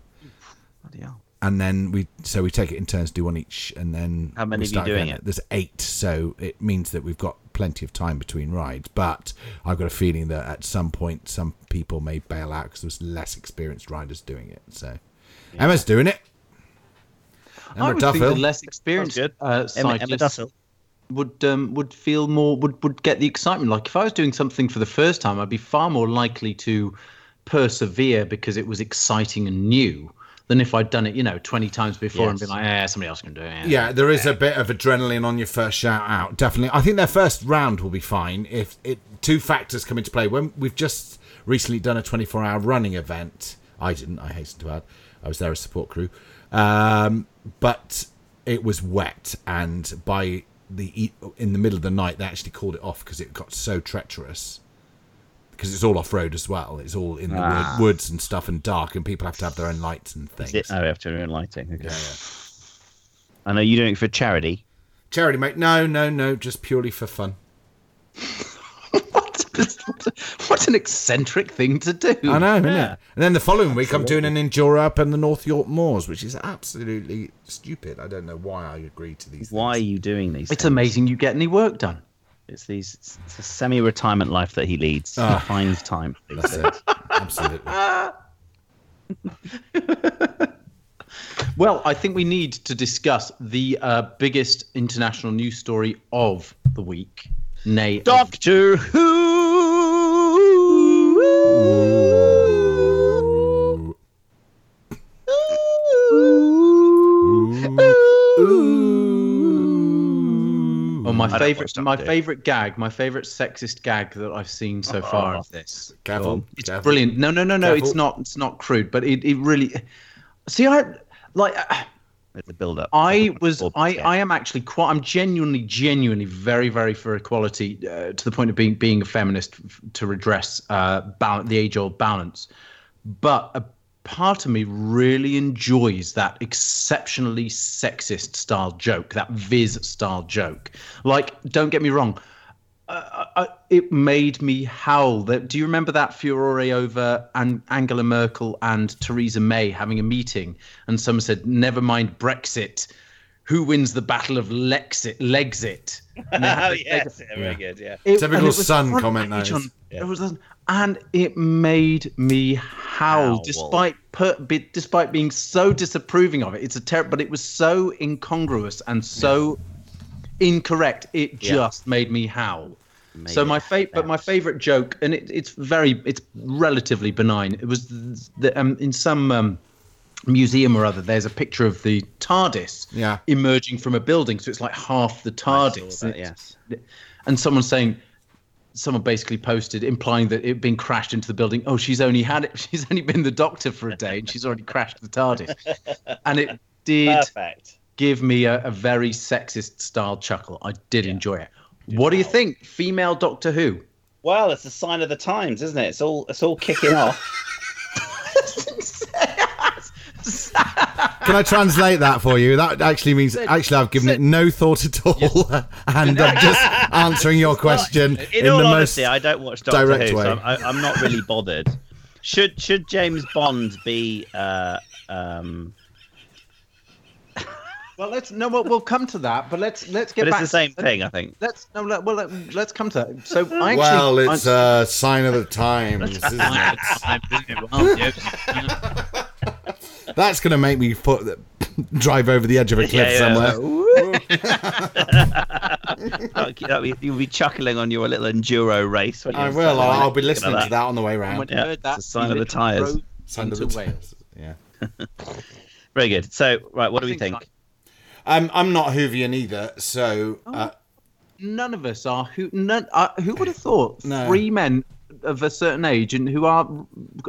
[SPEAKER 3] Bloody hell.
[SPEAKER 1] and then we so we take it in turns, do one each, and then
[SPEAKER 3] How many
[SPEAKER 1] we
[SPEAKER 3] of you
[SPEAKER 1] start
[SPEAKER 3] doing
[SPEAKER 1] again.
[SPEAKER 3] it?
[SPEAKER 1] There's eight, so it means that we've got plenty of time between rides. But I've got a feeling that at some point, some people may bail out because there's less experienced riders doing it. So Emma's doing it.
[SPEAKER 2] I
[SPEAKER 1] Emma
[SPEAKER 2] would think the
[SPEAKER 1] Duffield.
[SPEAKER 2] less experienced
[SPEAKER 3] good.
[SPEAKER 2] uh,
[SPEAKER 3] Emma, Emma
[SPEAKER 2] cyclists
[SPEAKER 3] Dussel.
[SPEAKER 2] would um, would feel more would would get the excitement. Like if I was doing something for the first time, I'd be far more likely to persevere because it was exciting and new than if I'd done it, you know, twenty times before and
[SPEAKER 3] Yes.
[SPEAKER 2] been like, yeah, somebody else can do it. Yeah.
[SPEAKER 1] Yeah, there is a bit of adrenaline on your first shout out. Definitely, I think their first round will be fine if it two factors come into play. When we've just recently done a 24 hour running event, I didn't. I hasten to add, I was there as support crew, um, but it was wet, and by the e- in the middle of the night they actually called it off because it got so treacherous. Because it's all off road as well. It's all in the wood-
[SPEAKER 3] Ah.
[SPEAKER 1] woods and stuff and dark, and people have to have their own lights and things.
[SPEAKER 3] Is it- Oh, we have to ruin lighting. Okay.
[SPEAKER 1] Yeah, yeah.
[SPEAKER 3] I know you're doing it for charity.
[SPEAKER 1] Charity, mate. No, no, no. Just purely for fun.
[SPEAKER 2] <laughs> what, what an eccentric thing to do.
[SPEAKER 1] I know, isn't
[SPEAKER 3] Yeah.
[SPEAKER 1] it? And then the following week, I'm doing an enduro up in the North York Moors, which is absolutely stupid. I don't know why I agree to these.
[SPEAKER 3] Why are
[SPEAKER 1] things.
[SPEAKER 3] you doing these?
[SPEAKER 2] It's
[SPEAKER 3] things?
[SPEAKER 2] amazing you get any work done.
[SPEAKER 3] It's these. It's, it's a semi-retirement life that he leads.
[SPEAKER 1] Ah.
[SPEAKER 3] He finds time. for these
[SPEAKER 1] That's
[SPEAKER 3] things.
[SPEAKER 1] it. Absolutely.
[SPEAKER 2] Well, I think we need to discuss the uh, biggest international news story of the week. Nay, of-
[SPEAKER 3] <laughs> Doctor Who.
[SPEAKER 2] Oh, my
[SPEAKER 3] Mm, don't
[SPEAKER 2] favorite,
[SPEAKER 3] watch Doctor
[SPEAKER 2] my
[SPEAKER 3] Who. Oh.
[SPEAKER 2] favorite gag, my favorite sexist gag that I've seen so far of this.
[SPEAKER 1] Careful.
[SPEAKER 2] It's
[SPEAKER 1] careful.
[SPEAKER 2] brilliant. No, no, no, no. It's
[SPEAKER 1] Careful.
[SPEAKER 2] not. It's not crude, but it, it really. See, I like. uh,
[SPEAKER 3] It's a build-up.
[SPEAKER 2] I was.
[SPEAKER 3] Or-
[SPEAKER 2] I.
[SPEAKER 3] yeah.
[SPEAKER 2] I am actually quite. I'm genuinely, genuinely very, very for equality uh, to the point of being being a feminist f- to redress uh, balance, the age-old balance. But a part of me really enjoys that exceptionally sexist style joke, that Viz style joke. Like, don't get me wrong. Uh, uh, it made me howl. That do you remember that furore over and Angela Merkel and Theresa May having a meeting, and some said, "Never mind Brexit, who wins the battle of Lexit, Lexit?" And they had
[SPEAKER 3] Oh
[SPEAKER 2] to take a-
[SPEAKER 3] yes, <laughs> yeah, very good. Yeah.
[SPEAKER 2] it-
[SPEAKER 1] Typical
[SPEAKER 2] and it was
[SPEAKER 1] Sun
[SPEAKER 2] front
[SPEAKER 1] comment,
[SPEAKER 2] page
[SPEAKER 1] that is.
[SPEAKER 2] on-
[SPEAKER 3] Yeah.
[SPEAKER 2] it was on- and it made me howl,
[SPEAKER 3] Howl.
[SPEAKER 2] despite per, be, despite being so disapproving of it. It's a terror, but it was so incongruous and so incorrect. It
[SPEAKER 3] Yeah.
[SPEAKER 2] just made me howl.
[SPEAKER 3] Made
[SPEAKER 2] so
[SPEAKER 3] it
[SPEAKER 2] my fa- but my favorite joke, and it, it's very, it's relatively benign. It was th- the, um, in some um, museum or other. There's a picture of the TARDIS
[SPEAKER 1] Yeah.
[SPEAKER 2] emerging from a building, so it's like half the
[SPEAKER 3] I
[SPEAKER 2] TARDIS.
[SPEAKER 3] saw
[SPEAKER 2] and
[SPEAKER 3] that,
[SPEAKER 2] it's-
[SPEAKER 3] yes.
[SPEAKER 2] and someone saying someone basically posted implying that it being crashed into the building oh she's only had it <laughs> she's only been the doctor for a day and she's already crashed the tardis and it did
[SPEAKER 3] Perfect.
[SPEAKER 2] give me a, a very sexist style chuckle. I did enjoy it. What do you think, female Doctor Who?
[SPEAKER 3] Well, it's a sign of the times, isn't it? It's all it's all <laughs> kicking off.
[SPEAKER 1] Can I translate that for you? That actually means actually I've given it no thought at all, <laughs> and I'm just answering your question in,
[SPEAKER 3] In, all
[SPEAKER 1] the
[SPEAKER 3] honesty,
[SPEAKER 1] most.
[SPEAKER 3] I don't watch Doctor
[SPEAKER 1] direct
[SPEAKER 3] Who,
[SPEAKER 1] way.
[SPEAKER 3] so I'm, I, I'm not really bothered. Should should James Bond be? Uh, um,
[SPEAKER 2] <laughs> Well, let's no, we'll, we'll come to that, but let's let's get
[SPEAKER 3] but it's
[SPEAKER 2] back.
[SPEAKER 3] the same thing, I think.
[SPEAKER 2] Let's no, let, well, let, let's come to that. So I actually,
[SPEAKER 1] well, it's
[SPEAKER 2] I-
[SPEAKER 1] a sign of the times, isn't it?
[SPEAKER 2] <laughs>
[SPEAKER 1] That's going to make me put <laughs> drive over the edge of a cliff
[SPEAKER 3] yeah.
[SPEAKER 1] somewhere. Ooh.
[SPEAKER 3] That'll keep- that'll be- you'll be chuckling on your little enduro race. When
[SPEAKER 1] I
[SPEAKER 3] you-
[SPEAKER 1] will. I'll, I'll be
[SPEAKER 3] Look at
[SPEAKER 1] listening to that on the way
[SPEAKER 2] when
[SPEAKER 1] round.
[SPEAKER 2] I
[SPEAKER 3] Yeah,
[SPEAKER 2] heard
[SPEAKER 3] it's
[SPEAKER 2] that,
[SPEAKER 3] the sign
[SPEAKER 2] you
[SPEAKER 3] of the
[SPEAKER 2] literally
[SPEAKER 3] tyres.
[SPEAKER 2] rode
[SPEAKER 1] Sign of
[SPEAKER 2] into
[SPEAKER 1] the
[SPEAKER 2] Wales.
[SPEAKER 1] times. Yeah.
[SPEAKER 3] Very good. So, right, what do we
[SPEAKER 2] I think
[SPEAKER 3] think?
[SPEAKER 1] Um, I'm not Hoovian either, so uh,
[SPEAKER 2] Oh. None of us are who. None. Uh, who would have thought
[SPEAKER 1] <laughs> No.
[SPEAKER 2] three men of a certain age and who are?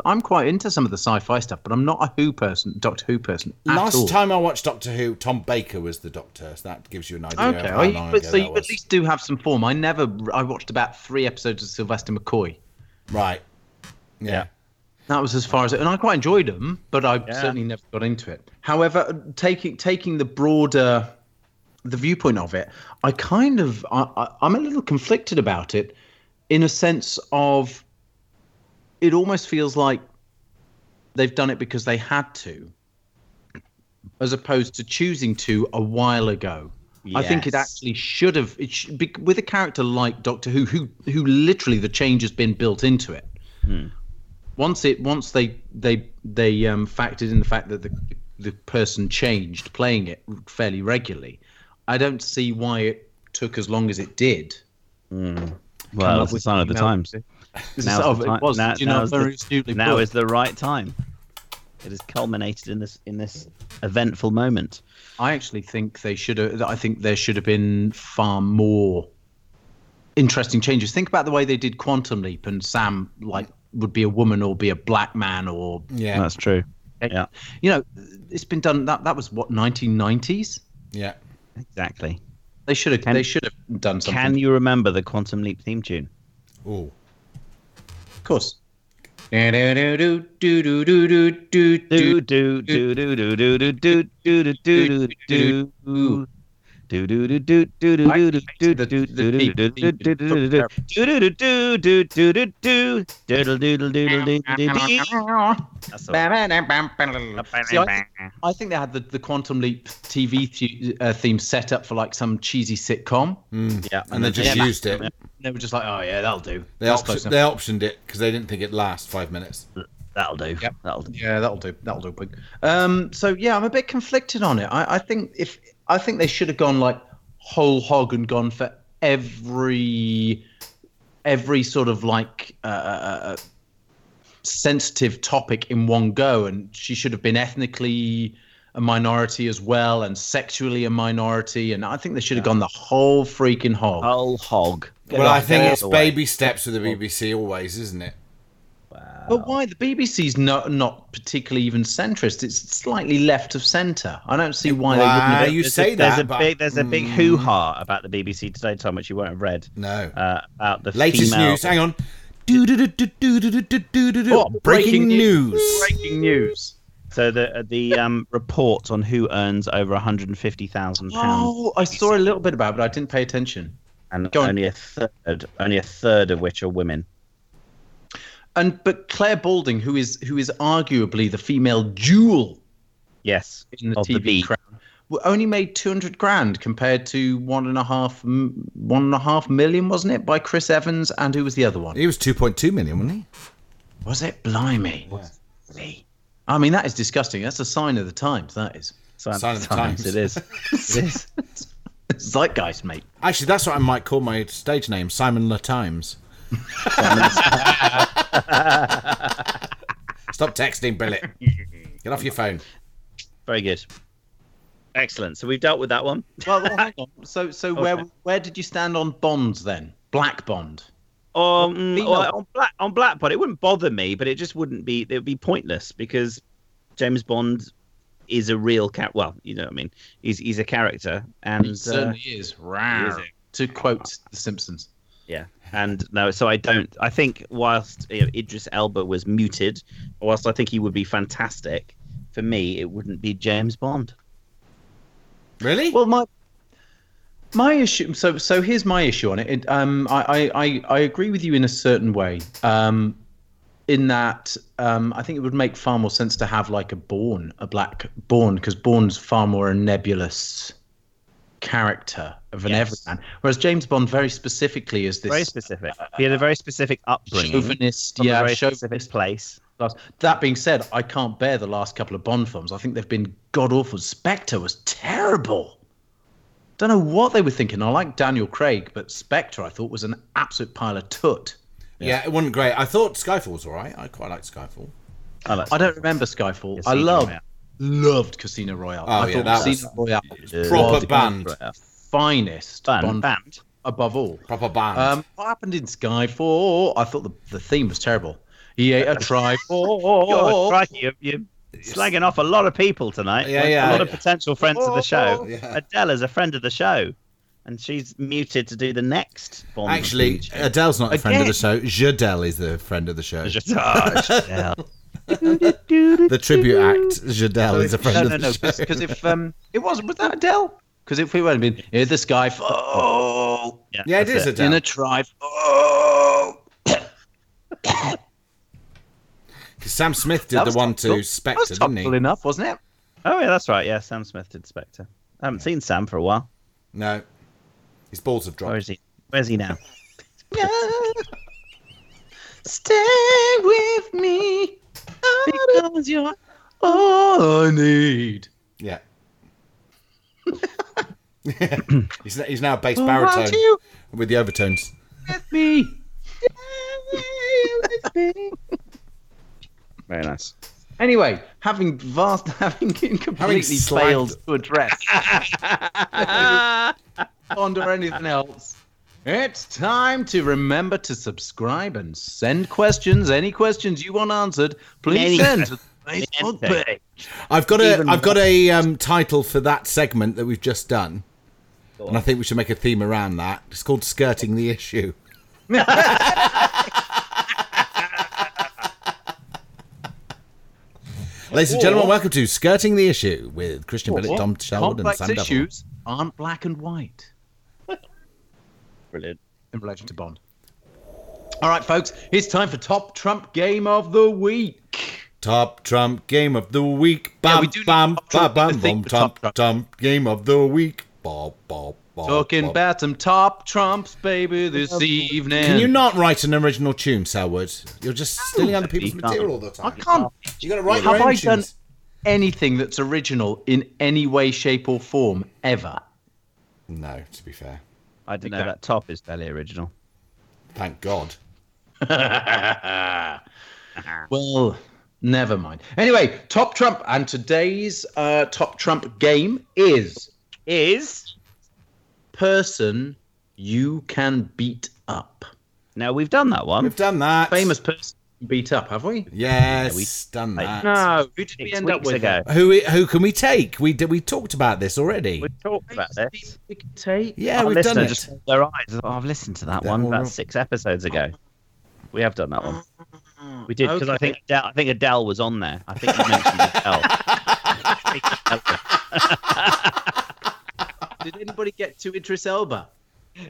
[SPEAKER 2] I'm quite into some of the sci-fi stuff, but I'm not a Who person, Doctor Who person. at
[SPEAKER 1] last
[SPEAKER 2] all.
[SPEAKER 1] time I watched Doctor Who, Tom Baker was the Doctor, so that gives you an idea
[SPEAKER 2] Okay,
[SPEAKER 1] of
[SPEAKER 2] oh,
[SPEAKER 1] how
[SPEAKER 2] you-
[SPEAKER 1] long
[SPEAKER 2] but
[SPEAKER 1] ago
[SPEAKER 2] so
[SPEAKER 1] that
[SPEAKER 2] you
[SPEAKER 1] was.
[SPEAKER 2] at least do have some form. I never. I watched about three episodes of Sylvester McCoy.
[SPEAKER 1] Right. Yeah.
[SPEAKER 2] That was as far as it, and I quite enjoyed them, but I
[SPEAKER 3] Yeah.
[SPEAKER 2] certainly never got into it. However, taking taking the broader, the viewpoint of it, I kind of I, I, I'm a little conflicted about it, in a sense of. It almost feels like they've done it because they had to, as opposed to choosing to a while ago. I think it
[SPEAKER 3] Yes.
[SPEAKER 2] actually should have. It should be, with a character like Doctor Who, who who literally the change has been built into it
[SPEAKER 3] Hmm.
[SPEAKER 2] once it once they they they um, factored in the fact that the the person changed playing it fairly regularly, I don't see why it took as long as it did.
[SPEAKER 3] Well,
[SPEAKER 2] up
[SPEAKER 3] it's the
[SPEAKER 2] with
[SPEAKER 3] sign of the
[SPEAKER 2] email.
[SPEAKER 3] times.
[SPEAKER 2] This is
[SPEAKER 3] Now's
[SPEAKER 2] sort
[SPEAKER 3] the
[SPEAKER 2] of-
[SPEAKER 3] time-
[SPEAKER 2] it was,
[SPEAKER 3] now-
[SPEAKER 2] you know,
[SPEAKER 3] now's the-
[SPEAKER 2] very astutely
[SPEAKER 3] Now
[SPEAKER 2] put.
[SPEAKER 3] is the right time. It has culminated in this in this eventful moment.
[SPEAKER 2] I actually think they should have. I think there should have been far more interesting changes. Think about the way they did Quantum Leap, and Sam like would be a woman or be a black man or
[SPEAKER 1] Yeah.
[SPEAKER 3] That's true. Yeah,
[SPEAKER 2] you know, it's been done. That that was what 1990s.
[SPEAKER 1] yeah.
[SPEAKER 3] exactly.
[SPEAKER 2] They should have.
[SPEAKER 3] Can-
[SPEAKER 2] they should have done something.
[SPEAKER 3] Can you remember the Quantum Leap theme tune?
[SPEAKER 1] Ooh.
[SPEAKER 2] Of course. Do
[SPEAKER 3] Do do do do do do do do do do do do do do. Do do do do do do do do do do do do do do do do do do do do do do do doodle doodle doodle doodle. That's all.
[SPEAKER 2] See, I, think, I think they had the, the Quantum Leap TV th- uh, theme set up for like some cheesy sitcom.
[SPEAKER 3] Yeah,
[SPEAKER 1] And they just
[SPEAKER 2] Yeah.
[SPEAKER 1] used it.
[SPEAKER 2] They were just like, oh yeah, that'll do.
[SPEAKER 1] They,
[SPEAKER 2] That's
[SPEAKER 1] opti-
[SPEAKER 2] close enough.
[SPEAKER 1] they optioned it because they didn't think it'd last five minutes.
[SPEAKER 3] that'll do. That'll do.
[SPEAKER 2] Yeah, that'll do. That'll do. Pig. Um, so yeah, I'm a bit conflicted on it. I, I think if I think they should have gone like whole hog and gone for every every sort of like uh, uh, sensitive topic in one go, and she should have been ethnically a minority as well, and sexually a minority, and I think they should have gone the whole freaking hog.
[SPEAKER 3] Whole hog. Get
[SPEAKER 1] well,
[SPEAKER 3] off
[SPEAKER 1] I think
[SPEAKER 3] the
[SPEAKER 1] it's
[SPEAKER 3] way.
[SPEAKER 1] baby steps with the BBC always, isn't it?
[SPEAKER 2] But why the BBC's not not particularly even centrist? It's slightly left of centre. I don't see why they wouldn't.
[SPEAKER 1] Wow,
[SPEAKER 2] Have
[SPEAKER 1] you
[SPEAKER 3] There's
[SPEAKER 1] say that.
[SPEAKER 3] a, There's a
[SPEAKER 1] but- Hmm.
[SPEAKER 3] big, there's a big hoo-ha about the BBC today, Tom, which you won't have read.
[SPEAKER 1] No.
[SPEAKER 3] Uh, about the
[SPEAKER 1] Latest
[SPEAKER 3] female-
[SPEAKER 1] news. Hang on. Do-do-do-do-do-do-do-do-do.
[SPEAKER 2] Oh,
[SPEAKER 1] Breaking news.
[SPEAKER 2] Breaking news.
[SPEAKER 3] So the uh, the um, report on who earns over 150,000 pounds,
[SPEAKER 2] Oh, I saw a little bit about it, but I didn't pay attention.
[SPEAKER 3] and
[SPEAKER 2] go on.
[SPEAKER 3] only a third, only a third of which are women.
[SPEAKER 2] And but Claire Balding, who is who is arguably the female jewel
[SPEAKER 3] Yes,
[SPEAKER 2] in the
[SPEAKER 3] of the
[SPEAKER 2] TV
[SPEAKER 3] beat.
[SPEAKER 2] crown, w- only made two hundred grand compared to one and a half m- one and a half million, wasn't it, by Chris Evans? And who was the other one?
[SPEAKER 1] He was 2.2 million, wasn't he?
[SPEAKER 2] Was it Blimey?
[SPEAKER 3] Me.
[SPEAKER 2] I mean, that is disgusting. That's a sign of the times. That is
[SPEAKER 3] Sign,
[SPEAKER 1] Sign of the times.
[SPEAKER 3] It is. it is.
[SPEAKER 2] <laughs> zeitgeist, mate.
[SPEAKER 1] Actually, that's what I might call my stage name, Simon La
[SPEAKER 2] <laughs>
[SPEAKER 1] Times. Stop texting, Billet. Get off your phone.
[SPEAKER 3] Very good. Excellent. So we've dealt with that one.
[SPEAKER 2] Well, well, <laughs> hang on. So, so where where did you stand on bonds then? Black Bond.
[SPEAKER 3] Um,
[SPEAKER 2] Being
[SPEAKER 3] or
[SPEAKER 2] a-
[SPEAKER 3] on Black on Blackpot, it wouldn't bother me, but it just wouldn't be. It would be pointless because James Bond is a real cat. Well, you know, what I mean, he's he's a character, and
[SPEAKER 2] It certainly is. Rawr. To quote The Simpsons.
[SPEAKER 3] Yeah, and no, so I don't. I think whilst you know, Idris Elba was muted, whilst I think he would be fantastic, for me it wouldn't be James Bond.
[SPEAKER 1] Really?
[SPEAKER 2] Well, my my issue. So so here's my issue on it. it um, I, I I I agree with you in a certain way. Um, in that um, I think it would make far more sense to have like a Born, a black Born, because Born's far more a nebulous character of an
[SPEAKER 3] Yes.
[SPEAKER 2] everyman, whereas James Bond very specifically is this
[SPEAKER 3] Very specific. He had a very specific upbringing.
[SPEAKER 2] chauvinist,
[SPEAKER 3] from a
[SPEAKER 2] yeah,
[SPEAKER 3] very
[SPEAKER 2] chauvinist
[SPEAKER 3] specific
[SPEAKER 1] Oh,
[SPEAKER 3] place.
[SPEAKER 2] Plus- That being said, I can't bear the last couple of Bond films. I think they've been god awful. Spectre was terrible. Don't know what they were thinking. I like Daniel Craig, but Spectre I thought was an absolute pile of toot.
[SPEAKER 1] yeah, it wasn't great. I thought Skyfall was alright. I quite liked Skyfall.
[SPEAKER 3] Oh, that's
[SPEAKER 2] I don't remember Skyfall. I
[SPEAKER 3] Casino
[SPEAKER 2] loved
[SPEAKER 3] Royale.
[SPEAKER 2] loved Casino Royale. I
[SPEAKER 1] Oh, yeah,
[SPEAKER 2] thought
[SPEAKER 1] that was-
[SPEAKER 2] Casino Royale was
[SPEAKER 3] Uh,
[SPEAKER 1] Proper
[SPEAKER 2] Bond-
[SPEAKER 1] band.
[SPEAKER 2] finest
[SPEAKER 3] Band.
[SPEAKER 2] Bond
[SPEAKER 3] Band.
[SPEAKER 2] above all.
[SPEAKER 1] Proper band.
[SPEAKER 2] Um, what happened in Skyfall? I thought the, the theme was terrible. He
[SPEAKER 1] <laughs>
[SPEAKER 2] ate a
[SPEAKER 1] Oh,
[SPEAKER 2] trifle.
[SPEAKER 3] Oh, God, crikey, you, you're slagging off a lot of people tonight.
[SPEAKER 1] Yeah,
[SPEAKER 3] Like,
[SPEAKER 1] yeah. Oh,
[SPEAKER 3] A lot of potential friends of the show.
[SPEAKER 1] Yeah.
[SPEAKER 3] Adele is a friend of the show, and she's muted to do the next Bond.
[SPEAKER 1] Actually, uh,
[SPEAKER 3] feature. <laughs>
[SPEAKER 1] Adele's not a friend of the
[SPEAKER 3] Again.
[SPEAKER 1] show. Jadelle is the friend of the show.
[SPEAKER 3] ah, Adele.
[SPEAKER 1] The tribute act. Jadelle is a friend
[SPEAKER 2] no,
[SPEAKER 1] of
[SPEAKER 2] no,
[SPEAKER 1] the
[SPEAKER 2] no,
[SPEAKER 1] show.
[SPEAKER 2] because if um, it wasn't was that Adele? Because if it would have been in the sky, oh,
[SPEAKER 1] <laughs> Yeah, it
[SPEAKER 3] that's
[SPEAKER 1] is Adele.
[SPEAKER 2] in a tribe, oh,
[SPEAKER 1] Because Sam Smith did
[SPEAKER 2] That
[SPEAKER 1] the
[SPEAKER 2] was
[SPEAKER 1] one
[SPEAKER 2] topical.
[SPEAKER 1] to
[SPEAKER 2] that
[SPEAKER 1] Spectre,
[SPEAKER 2] was
[SPEAKER 1] didn't
[SPEAKER 2] topical
[SPEAKER 1] he?
[SPEAKER 2] enough,
[SPEAKER 1] <laughs>
[SPEAKER 2] wasn't it?
[SPEAKER 3] Oh yeah, that's right. Yeah, Sam Smith did Spectre. I haven't seen Sam for a while.
[SPEAKER 1] No. His balls have
[SPEAKER 2] Oh,
[SPEAKER 3] Where
[SPEAKER 1] dropped.
[SPEAKER 3] is he? Where's he now?
[SPEAKER 2] Stay with me because you're all I need. <laughs>
[SPEAKER 1] Yeah. he's, he's now a bass
[SPEAKER 2] Won't
[SPEAKER 1] baritone
[SPEAKER 2] you
[SPEAKER 1] with the overtones.
[SPEAKER 2] with me?
[SPEAKER 3] Very nice.
[SPEAKER 2] Anyway, having vast, <laughs> having completely
[SPEAKER 1] slagged-
[SPEAKER 2] failed to address <laughs> Bond or anything else, it's time to remember to subscribe and send questions. Any questions you want answered, please
[SPEAKER 3] Any-
[SPEAKER 1] <laughs>
[SPEAKER 2] send to the Facebook
[SPEAKER 3] Anything.
[SPEAKER 2] page.
[SPEAKER 1] I've got a
[SPEAKER 3] Even
[SPEAKER 1] have got a um, title for that segment that we've just done, and I think we should make a theme around that. It's called "Skirting the
[SPEAKER 2] <laughs>
[SPEAKER 1] Issue." Ladies and gentlemen, welcome to "Skirting the Issue" with Christian Billet, Dom Sherwood, and
[SPEAKER 2] Complex
[SPEAKER 1] Sam Devil.
[SPEAKER 2] issues aren't black and white
[SPEAKER 3] Brilliant.
[SPEAKER 2] in relation to Bond. All right, folks, it's time for top Trump game of the week.
[SPEAKER 1] Top Trump game of the week. Bam,
[SPEAKER 2] Yeah, we do need
[SPEAKER 1] bam,
[SPEAKER 2] Top Trump,
[SPEAKER 1] bam,
[SPEAKER 2] but
[SPEAKER 1] bam,
[SPEAKER 2] I think
[SPEAKER 1] bam,
[SPEAKER 2] the
[SPEAKER 1] Trump,
[SPEAKER 2] Top Trump-
[SPEAKER 1] Trump game of the week. Ba, ba, ba,
[SPEAKER 2] Talking
[SPEAKER 1] ba.
[SPEAKER 2] about some top Trumps, baby, this evening.
[SPEAKER 1] Can you not write an original tune, Selwood? You're just stealing other people's
[SPEAKER 3] you can't.
[SPEAKER 1] material all the
[SPEAKER 2] I
[SPEAKER 1] time.
[SPEAKER 2] can't
[SPEAKER 1] You got to write
[SPEAKER 2] Have
[SPEAKER 1] your own
[SPEAKER 2] I done
[SPEAKER 1] tunes.
[SPEAKER 2] anything that's original in any way, shape, or form ever?
[SPEAKER 1] No, to be fair.
[SPEAKER 3] I didn't know that top is fairly original.
[SPEAKER 1] Thank God.
[SPEAKER 2] Well, never mind. Anyway, Top Trump, and today's uh, Top Trump game is
[SPEAKER 3] Is
[SPEAKER 2] person you can beat up.
[SPEAKER 3] now we've done that one.
[SPEAKER 1] We've done that.
[SPEAKER 2] Famous person beat up, have we?
[SPEAKER 1] Yes,
[SPEAKER 3] we-
[SPEAKER 1] done that.
[SPEAKER 3] No,
[SPEAKER 2] Who did we
[SPEAKER 3] six
[SPEAKER 2] end up
[SPEAKER 3] weeks
[SPEAKER 2] with?
[SPEAKER 3] ago.
[SPEAKER 1] Who who can we take? We did, we talked about this already.
[SPEAKER 3] We talked about this.
[SPEAKER 2] We can take.
[SPEAKER 1] yeah,
[SPEAKER 3] Our
[SPEAKER 1] we've done
[SPEAKER 3] listener
[SPEAKER 1] it.
[SPEAKER 3] just rolled their eyes. Oh, I've listened to that
[SPEAKER 1] That
[SPEAKER 3] one
[SPEAKER 1] one-
[SPEAKER 3] about six episodes ago. We have done that one. We did because I think Adele, I think Adele was on there. I think you mentioned Adele.
[SPEAKER 1] <laughs>
[SPEAKER 2] Did anybody get to Idris Elba?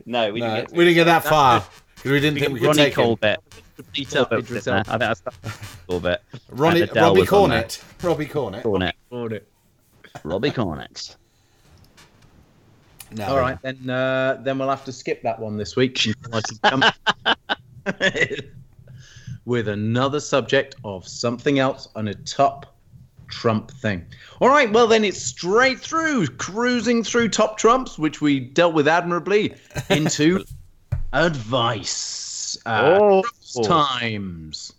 [SPEAKER 3] no, we
[SPEAKER 1] No,
[SPEAKER 3] didn't.
[SPEAKER 1] we didn't get that
[SPEAKER 3] <laughs>
[SPEAKER 1] far because we didn't think we
[SPEAKER 3] Get,
[SPEAKER 1] could
[SPEAKER 3] Ronnie
[SPEAKER 1] take him.
[SPEAKER 3] Colbert.
[SPEAKER 2] Beat up
[SPEAKER 3] Colbert was in
[SPEAKER 2] Idris
[SPEAKER 3] there. I
[SPEAKER 2] Elba.
[SPEAKER 3] think that's Colbert.
[SPEAKER 1] Ronnie,
[SPEAKER 3] And Adele
[SPEAKER 1] Robbie
[SPEAKER 3] was on there.
[SPEAKER 1] Cornet. Robbie Cornet.
[SPEAKER 3] Cornet.
[SPEAKER 1] <laughs>
[SPEAKER 2] Got it.
[SPEAKER 3] Robbie Cornet.
[SPEAKER 1] No.
[SPEAKER 2] All right, then uh, then we'll have to skip that one this week until I can come <laughs> with another subject of something else on a top Trump thing. All right, well then it's straight through cruising through top Trumps, which we dealt with admirably, into advice. Uh,
[SPEAKER 3] Oh.
[SPEAKER 2] Trump's times.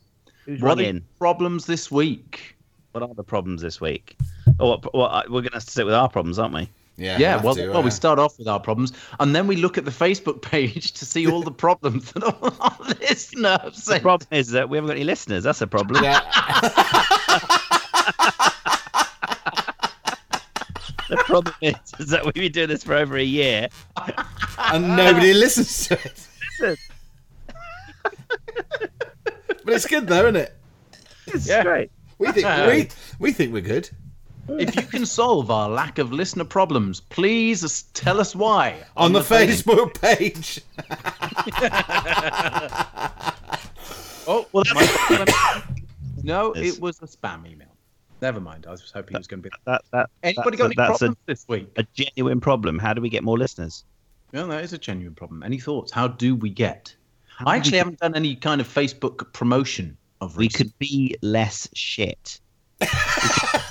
[SPEAKER 3] Who's
[SPEAKER 2] What are
[SPEAKER 3] running?
[SPEAKER 2] problems this week?
[SPEAKER 3] What are the problems this week? Oh, what, what, we're going to sit with our problems, aren't we?
[SPEAKER 1] Yeah.
[SPEAKER 2] Yeah,
[SPEAKER 1] we'll
[SPEAKER 2] well,
[SPEAKER 1] have to,
[SPEAKER 2] well, we
[SPEAKER 1] uh,
[SPEAKER 2] start off with our problems, and then we look at the Facebook <laughs> page to see all the problems that all <laughs> our listeners.
[SPEAKER 3] The problem is that we haven't got any listeners. That's a problem.
[SPEAKER 1] Yeah.
[SPEAKER 3] problem is, is that we've been doing this for over a year.
[SPEAKER 1] and nobody <laughs> listens to it.
[SPEAKER 3] Listen,
[SPEAKER 1] But it's good though, isn't it?
[SPEAKER 3] it's
[SPEAKER 2] Yeah.
[SPEAKER 3] great.
[SPEAKER 1] We think we we think we're good.
[SPEAKER 2] If you can solve our lack of listener problems, please tell us why.
[SPEAKER 1] On, the, Facebook page.
[SPEAKER 2] Oh, well, that's no, it was a spam email. Never mind. I was hoping it was going to be.
[SPEAKER 3] That, that,
[SPEAKER 2] Anybody
[SPEAKER 3] that's
[SPEAKER 2] got
[SPEAKER 3] a-
[SPEAKER 2] any
[SPEAKER 3] that's a-
[SPEAKER 2] problems this week?
[SPEAKER 3] a genuine problem. How do we get more listeners?
[SPEAKER 2] No, that is a genuine problem. Any thoughts? How do we get? I actually haven't done any kind of Facebook promotion of
[SPEAKER 3] We
[SPEAKER 2] recent.
[SPEAKER 3] could be less shit.
[SPEAKER 1] I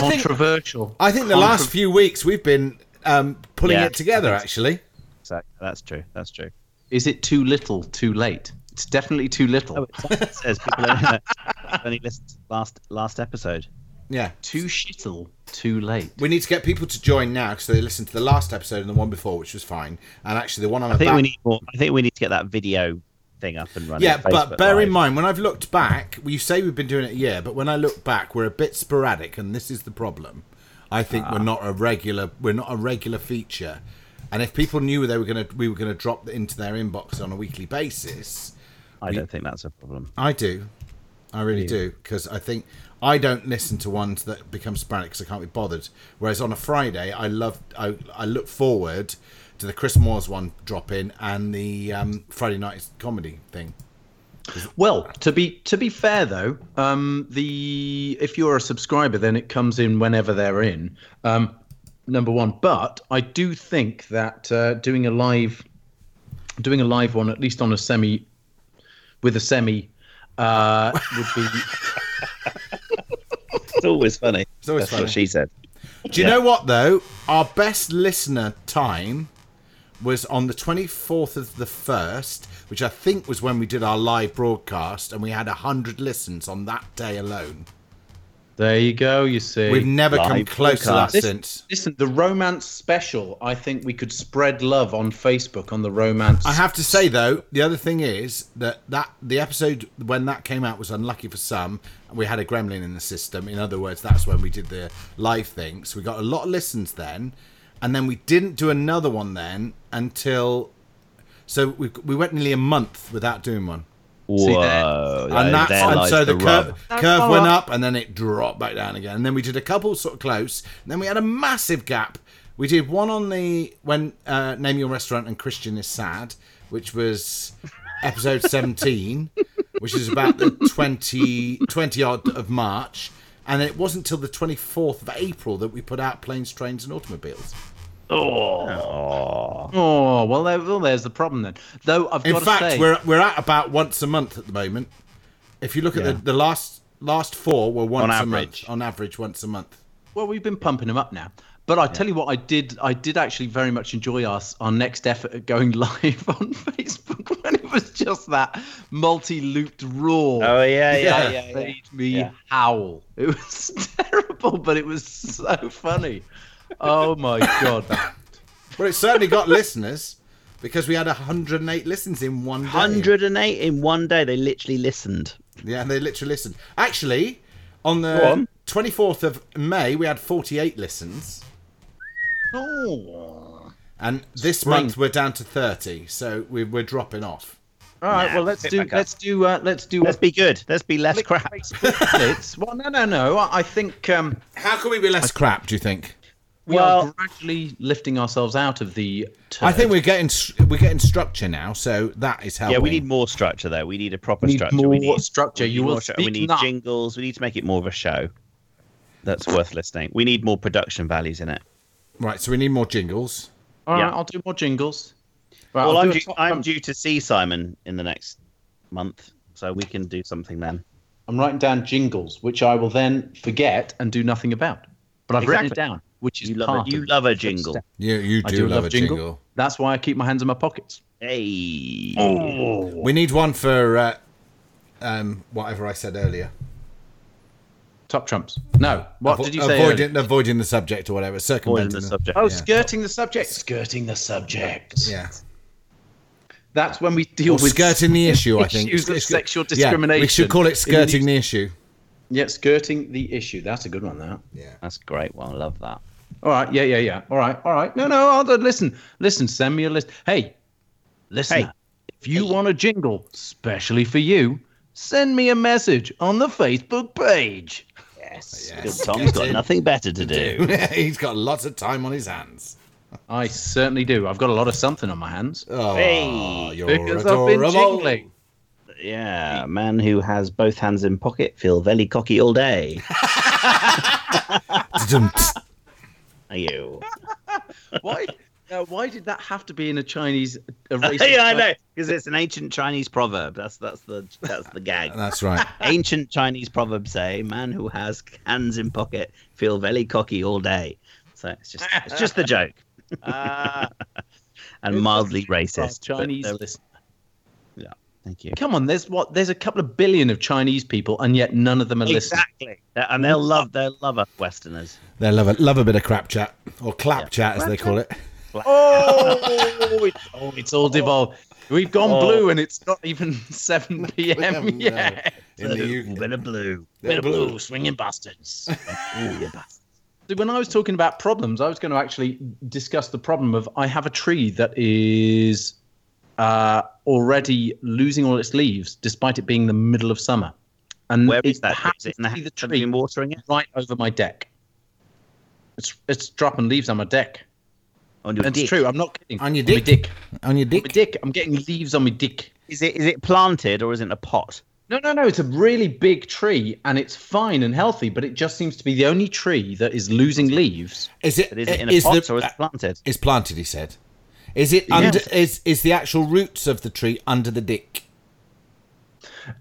[SPEAKER 1] think
[SPEAKER 2] controversial.
[SPEAKER 1] I think the last few weeks we've been um, pulling
[SPEAKER 3] Yeah,
[SPEAKER 1] it together.
[SPEAKER 3] I think so.
[SPEAKER 1] Actually,
[SPEAKER 3] Exactly. That's true. That's true.
[SPEAKER 2] Is it too little, too late? It's definitely too
[SPEAKER 3] Oh,
[SPEAKER 2] little.
[SPEAKER 3] it <laughs> says people only- only listened to last last episode.
[SPEAKER 1] yeah,
[SPEAKER 2] Too shittle, too late.
[SPEAKER 1] we need to get people to join now because they listened to the last episode and the one before, which was fine. And actually, the one I'm
[SPEAKER 3] I think
[SPEAKER 1] about
[SPEAKER 3] we need more. I think we need to get that video thing up and running.
[SPEAKER 1] Yeah, but
[SPEAKER 3] Facebook
[SPEAKER 1] bear
[SPEAKER 3] Live.
[SPEAKER 1] in mind when I've looked back, you say we've been doing it a year, but when I look back, we're a bit sporadic, and this is the problem. I think
[SPEAKER 3] Ah.
[SPEAKER 1] we're not a regular we're not a regular feature, and if people knew they were gonna we were gonna drop into their inbox on a weekly basis,
[SPEAKER 3] I don't think that's a problem.
[SPEAKER 1] I do, I really do, because I think I don't listen to ones that become sporadic because I can't be bothered. Whereas on a Friday, I love I I look forward to the Chris Moore's one drop in and the um, Friday night comedy thing.
[SPEAKER 2] Well, to be to be fair though, um, the if you're a subscriber, then it comes in whenever they're in. Um, number one, but I do think that uh, doing a live, doing a live one, at least on a semi, with a semi, uh, would be.
[SPEAKER 3] It's always funny.
[SPEAKER 1] It's always
[SPEAKER 3] that's
[SPEAKER 1] funny.
[SPEAKER 3] what she said.
[SPEAKER 1] Do you know what though? Our best listener time was on the 24th of the 1st, which I think was when we did our live broadcast and we had 100 listens on that day alone.
[SPEAKER 2] There you go. You see,
[SPEAKER 1] We've never come
[SPEAKER 3] Live
[SPEAKER 1] close to that
[SPEAKER 3] broadcast.
[SPEAKER 1] since.
[SPEAKER 2] listen the romance special. I think we could spread love on Facebook on the romance.
[SPEAKER 1] I have to say though, the other thing is that that the episode when that came out was unlucky for some. and We had a gremlin in the system. In other words, that's when we did the live thing. So we got a lot of listens then, and then we didn't do another one then until. So we we went nearly a month without doing one,
[SPEAKER 3] Whoa!
[SPEAKER 1] and that's
[SPEAKER 3] there
[SPEAKER 1] and
[SPEAKER 3] lies
[SPEAKER 1] so the,
[SPEAKER 3] rub.
[SPEAKER 1] curve curve
[SPEAKER 2] all
[SPEAKER 1] went
[SPEAKER 2] right.
[SPEAKER 1] up and then it dropped back down again. And then we did a couple sort of close. And then we had a massive gap. We did one on the when uh, name your restaurant and Christian is sad, which was episode seventeen, which is about the 20, 20 odd of March. And it wasn't till the twenty fourth of April that we put out planes, trains, and automobiles.
[SPEAKER 3] Oh.
[SPEAKER 2] Oh well, there, well, there's the problem then. Though I've
[SPEAKER 1] In
[SPEAKER 2] got to
[SPEAKER 1] fact,
[SPEAKER 2] say,
[SPEAKER 1] we're we're at about once a month at the moment. If you look at
[SPEAKER 3] Yeah.
[SPEAKER 1] the, the last last four were once a
[SPEAKER 3] average.
[SPEAKER 1] month on average once a month.
[SPEAKER 2] Well, we've been pumping them up now. But I tell you what, I did. I did actually very much enjoy our our next effort at going <laughs> live on Facebook <laughs> when it was just that multi-looped roar.
[SPEAKER 3] Oh yeah,
[SPEAKER 1] Yeah.
[SPEAKER 3] yeah, yeah.
[SPEAKER 2] It
[SPEAKER 3] yeah,
[SPEAKER 2] made me
[SPEAKER 3] Yeah.
[SPEAKER 2] howl. It was <laughs> terrible, but it was so funny. Oh my
[SPEAKER 3] <laughs>
[SPEAKER 2] god!
[SPEAKER 1] Well, it certainly got listeners because we had 108 listens in one day.
[SPEAKER 3] 108 in one day. They literally listened.
[SPEAKER 1] Yeah, they literally listened. Actually, on the
[SPEAKER 3] Go on.
[SPEAKER 1] 24th of May, we had 48 listens.
[SPEAKER 2] Oh.
[SPEAKER 1] And this
[SPEAKER 2] Spring.
[SPEAKER 1] month, we're down to 30. So we're, we're dropping off.
[SPEAKER 2] All right.
[SPEAKER 3] Nah,
[SPEAKER 2] well, let's
[SPEAKER 3] pick
[SPEAKER 2] do.
[SPEAKER 3] back up.
[SPEAKER 2] Let's do. Uh, let's do. <laughs>
[SPEAKER 3] Let's be good. Let's be less
[SPEAKER 2] Click
[SPEAKER 3] crap.
[SPEAKER 2] Facebook splits. Well, no, no, no. I I think. Um,
[SPEAKER 1] How can we be less crap, do you think?
[SPEAKER 2] we
[SPEAKER 3] Well-
[SPEAKER 2] are gradually lifting ourselves out of the.
[SPEAKER 1] I think
[SPEAKER 2] turd.
[SPEAKER 1] we're getting s- we're getting structure now, so that is helping.
[SPEAKER 3] Yeah, we need more structure though. We need a proper
[SPEAKER 2] need
[SPEAKER 3] structure.
[SPEAKER 2] more
[SPEAKER 3] we need
[SPEAKER 2] structure.
[SPEAKER 3] we need
[SPEAKER 2] You will
[SPEAKER 3] more stru- We
[SPEAKER 2] speak
[SPEAKER 3] need
[SPEAKER 2] now.
[SPEAKER 3] jingles. We need to make it more of a show. That's worth listening. We need more production values in it.
[SPEAKER 1] right. So we need more jingles.
[SPEAKER 2] All right,
[SPEAKER 3] yeah.
[SPEAKER 2] I'll do more jingles. Right,
[SPEAKER 3] Well,
[SPEAKER 2] I'll
[SPEAKER 3] I'm
[SPEAKER 2] do a
[SPEAKER 3] due,
[SPEAKER 2] top-
[SPEAKER 3] I'm due to see Simon in the next month, so we can do something then.
[SPEAKER 2] I'm writing down jingles, which I will then forget and do nothing about. But I've written it
[SPEAKER 3] Exactly.
[SPEAKER 2] down, which is
[SPEAKER 3] You love
[SPEAKER 2] part
[SPEAKER 3] a, you
[SPEAKER 2] of
[SPEAKER 3] love a
[SPEAKER 2] the
[SPEAKER 3] jingle.
[SPEAKER 2] step.
[SPEAKER 1] You you
[SPEAKER 2] I
[SPEAKER 1] do, love, a jingle.
[SPEAKER 2] That's why I keep my hands in my pockets.
[SPEAKER 3] Hey.
[SPEAKER 1] We need one for uh, um, whatever I said earlier.
[SPEAKER 2] Top trumps. No. What
[SPEAKER 1] Avo-
[SPEAKER 2] did you say?
[SPEAKER 1] Avoiding,
[SPEAKER 2] earlier?
[SPEAKER 1] avoiding the subject or whatever.
[SPEAKER 3] More than
[SPEAKER 1] Circumventing
[SPEAKER 3] the subject.
[SPEAKER 2] Oh,
[SPEAKER 1] yeah.
[SPEAKER 2] skirting the subject. Skirting the subject.
[SPEAKER 1] Yeah.
[SPEAKER 2] That's when we deal
[SPEAKER 1] Or
[SPEAKER 2] with
[SPEAKER 1] skirting the issue, I think.
[SPEAKER 2] issues of
[SPEAKER 1] It's-
[SPEAKER 2] sexual
[SPEAKER 1] yeah, we should
[SPEAKER 2] discrimination
[SPEAKER 1] call it
[SPEAKER 2] in the
[SPEAKER 1] skirting
[SPEAKER 2] news.
[SPEAKER 1] the issue.
[SPEAKER 2] Yeah, skirting the issue. That's a good one. That.
[SPEAKER 1] Yeah.
[SPEAKER 3] That's great. Well, I love that.
[SPEAKER 2] All right. Yeah, yeah, yeah. All right. All right. No, no. I'll, listen. Listen. Send me a list. Hey, listen.
[SPEAKER 3] Hey.
[SPEAKER 2] If you want a jingle, specially for you, send me a message on the Facebook page.
[SPEAKER 3] Yes.
[SPEAKER 1] Yes.
[SPEAKER 3] Good Tom's <laughs> got nothing better to do.
[SPEAKER 1] <laughs> He's got lots of time on his hands.
[SPEAKER 2] I certainly do. I've got a lot of something on my hands.
[SPEAKER 1] Oh,
[SPEAKER 3] Hey,
[SPEAKER 1] you're
[SPEAKER 2] Because I've been
[SPEAKER 1] adorable.
[SPEAKER 2] jingling.
[SPEAKER 3] Yeah, a man who has both hands in pocket feel very cocky all day. <laughs> Are you?
[SPEAKER 2] Why? Now, why did that have to be in a Chinese? A racist
[SPEAKER 3] <laughs> yeah, I
[SPEAKER 2] Chinese-
[SPEAKER 3] know, because it's an ancient Chinese proverb. That's that's the that's the <laughs> gag.
[SPEAKER 1] That's right.
[SPEAKER 3] ancient Chinese proverb say, "Man who has hands in pocket feel very cocky all day." So it's just it's just the joke Uh,
[SPEAKER 2] Ah,
[SPEAKER 3] <laughs> and
[SPEAKER 2] It's
[SPEAKER 3] mildly
[SPEAKER 2] our
[SPEAKER 3] racist. but
[SPEAKER 2] Chinese.
[SPEAKER 3] there-
[SPEAKER 2] listen-
[SPEAKER 3] Thank you.
[SPEAKER 2] Come on. There's what? There's a couple of billion of Chinese people, and yet none of them are listening.
[SPEAKER 3] Exactly, and they'll love they'll love us Westerners.
[SPEAKER 1] They love a, love a bit of crap chat or clap chat, as they call it.
[SPEAKER 2] Oh, it's, oh, it's all devolved. We've gone
[SPEAKER 3] Oh.
[SPEAKER 2] blue, and it's not even <laughs> seven p.m.
[SPEAKER 1] No. Oh,
[SPEAKER 2] yet.
[SPEAKER 1] In the UK.
[SPEAKER 3] Bit of blue.
[SPEAKER 1] Bit of blue,
[SPEAKER 3] swinging bastards.
[SPEAKER 2] So When I was talking about problems, I was going to actually discuss the problem of I have a tree that is uh, already losing all its leaves, despite it being the middle of summer. And
[SPEAKER 3] Where
[SPEAKER 2] Mm. it
[SPEAKER 3] is that?
[SPEAKER 2] happens
[SPEAKER 3] Is it in the
[SPEAKER 2] to be
[SPEAKER 3] house?
[SPEAKER 2] the
[SPEAKER 3] Have you
[SPEAKER 2] tree
[SPEAKER 3] been watering it
[SPEAKER 2] right over my deck. It's it's dropping leaves on my deck.
[SPEAKER 3] on your
[SPEAKER 2] That's
[SPEAKER 3] dick?
[SPEAKER 2] true. I'm not kidding.
[SPEAKER 1] On your
[SPEAKER 2] my
[SPEAKER 1] dick?
[SPEAKER 2] dick.
[SPEAKER 1] On your
[SPEAKER 2] My
[SPEAKER 1] dick.
[SPEAKER 2] dick. I'm getting leaves on my dick.
[SPEAKER 3] Is it is it planted or is it in a pot?
[SPEAKER 2] No, no, no. It's a really big tree and it's fine and healthy, but it just seems to be the only tree that is losing leaves.
[SPEAKER 1] Is it?
[SPEAKER 3] But is it in a
[SPEAKER 1] is
[SPEAKER 3] pot
[SPEAKER 1] the- uh,
[SPEAKER 3] or is it planted?
[SPEAKER 1] It's planted. He said. Is it under? Is is the actual roots of the tree under the dick?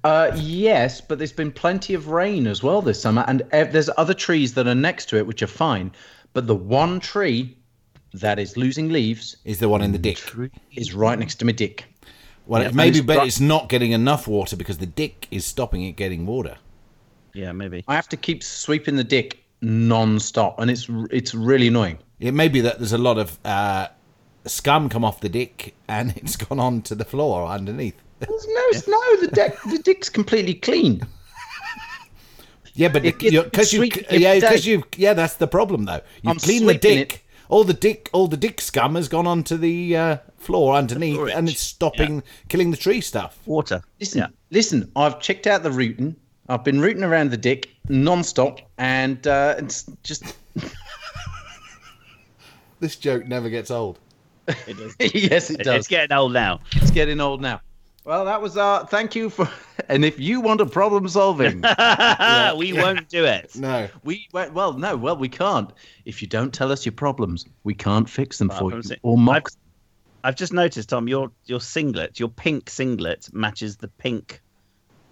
[SPEAKER 2] Uh, yes, but there's been plenty of rain as well this summer, and ev- there's other trees that are next to it which are fine. But the one tree that is losing leaves
[SPEAKER 1] Is the one in the dick?
[SPEAKER 2] is right next to my dick.
[SPEAKER 1] Well,
[SPEAKER 2] Yeah,
[SPEAKER 1] it maybe,
[SPEAKER 2] and it's
[SPEAKER 1] but
[SPEAKER 2] dry-
[SPEAKER 1] it's not getting enough water because the dick is stopping it getting water.
[SPEAKER 3] Yeah, maybe.
[SPEAKER 2] I have to keep sweeping the dick non-stop, and it's r- it's really annoying.
[SPEAKER 1] It may be that there's a lot of uh, scum come off the dick and <laughs> it's gone on to the floor underneath. <laughs>
[SPEAKER 2] There's no, no, the deck, the dick's completely clean.
[SPEAKER 1] Yeah, but
[SPEAKER 2] It gets
[SPEAKER 1] because you,
[SPEAKER 2] sweet every
[SPEAKER 1] yeah,
[SPEAKER 2] day.
[SPEAKER 1] because you, yeah, that's the problem though. You
[SPEAKER 2] I'm
[SPEAKER 1] clean the
[SPEAKER 2] sweeping
[SPEAKER 1] dick. All the dick, all the dick scum has gone onto the uh, floor underneath,
[SPEAKER 3] floor
[SPEAKER 1] and
[SPEAKER 3] itch.
[SPEAKER 1] it's stopping killing the tree stuff.
[SPEAKER 3] Water.
[SPEAKER 2] Listen, listen, I've checked out the rooting. I've been rooting around the dick non-stop, and uh, it's just <laughs>
[SPEAKER 1] This joke never gets old.
[SPEAKER 3] It does.
[SPEAKER 2] yes, it does.
[SPEAKER 3] It's getting old now.
[SPEAKER 2] It's getting old now. Well, that was uh thank you for <laughs> and if you want a problem solving,
[SPEAKER 3] Ah, we won't do it.
[SPEAKER 1] No,
[SPEAKER 2] <laughs> we well, well no, well we can't. If you don't tell us your problems, we can't fix them for you
[SPEAKER 3] Problems-
[SPEAKER 2] or mock.
[SPEAKER 3] I've just noticed, Tom, your your singlet, your pink singlet, matches the pink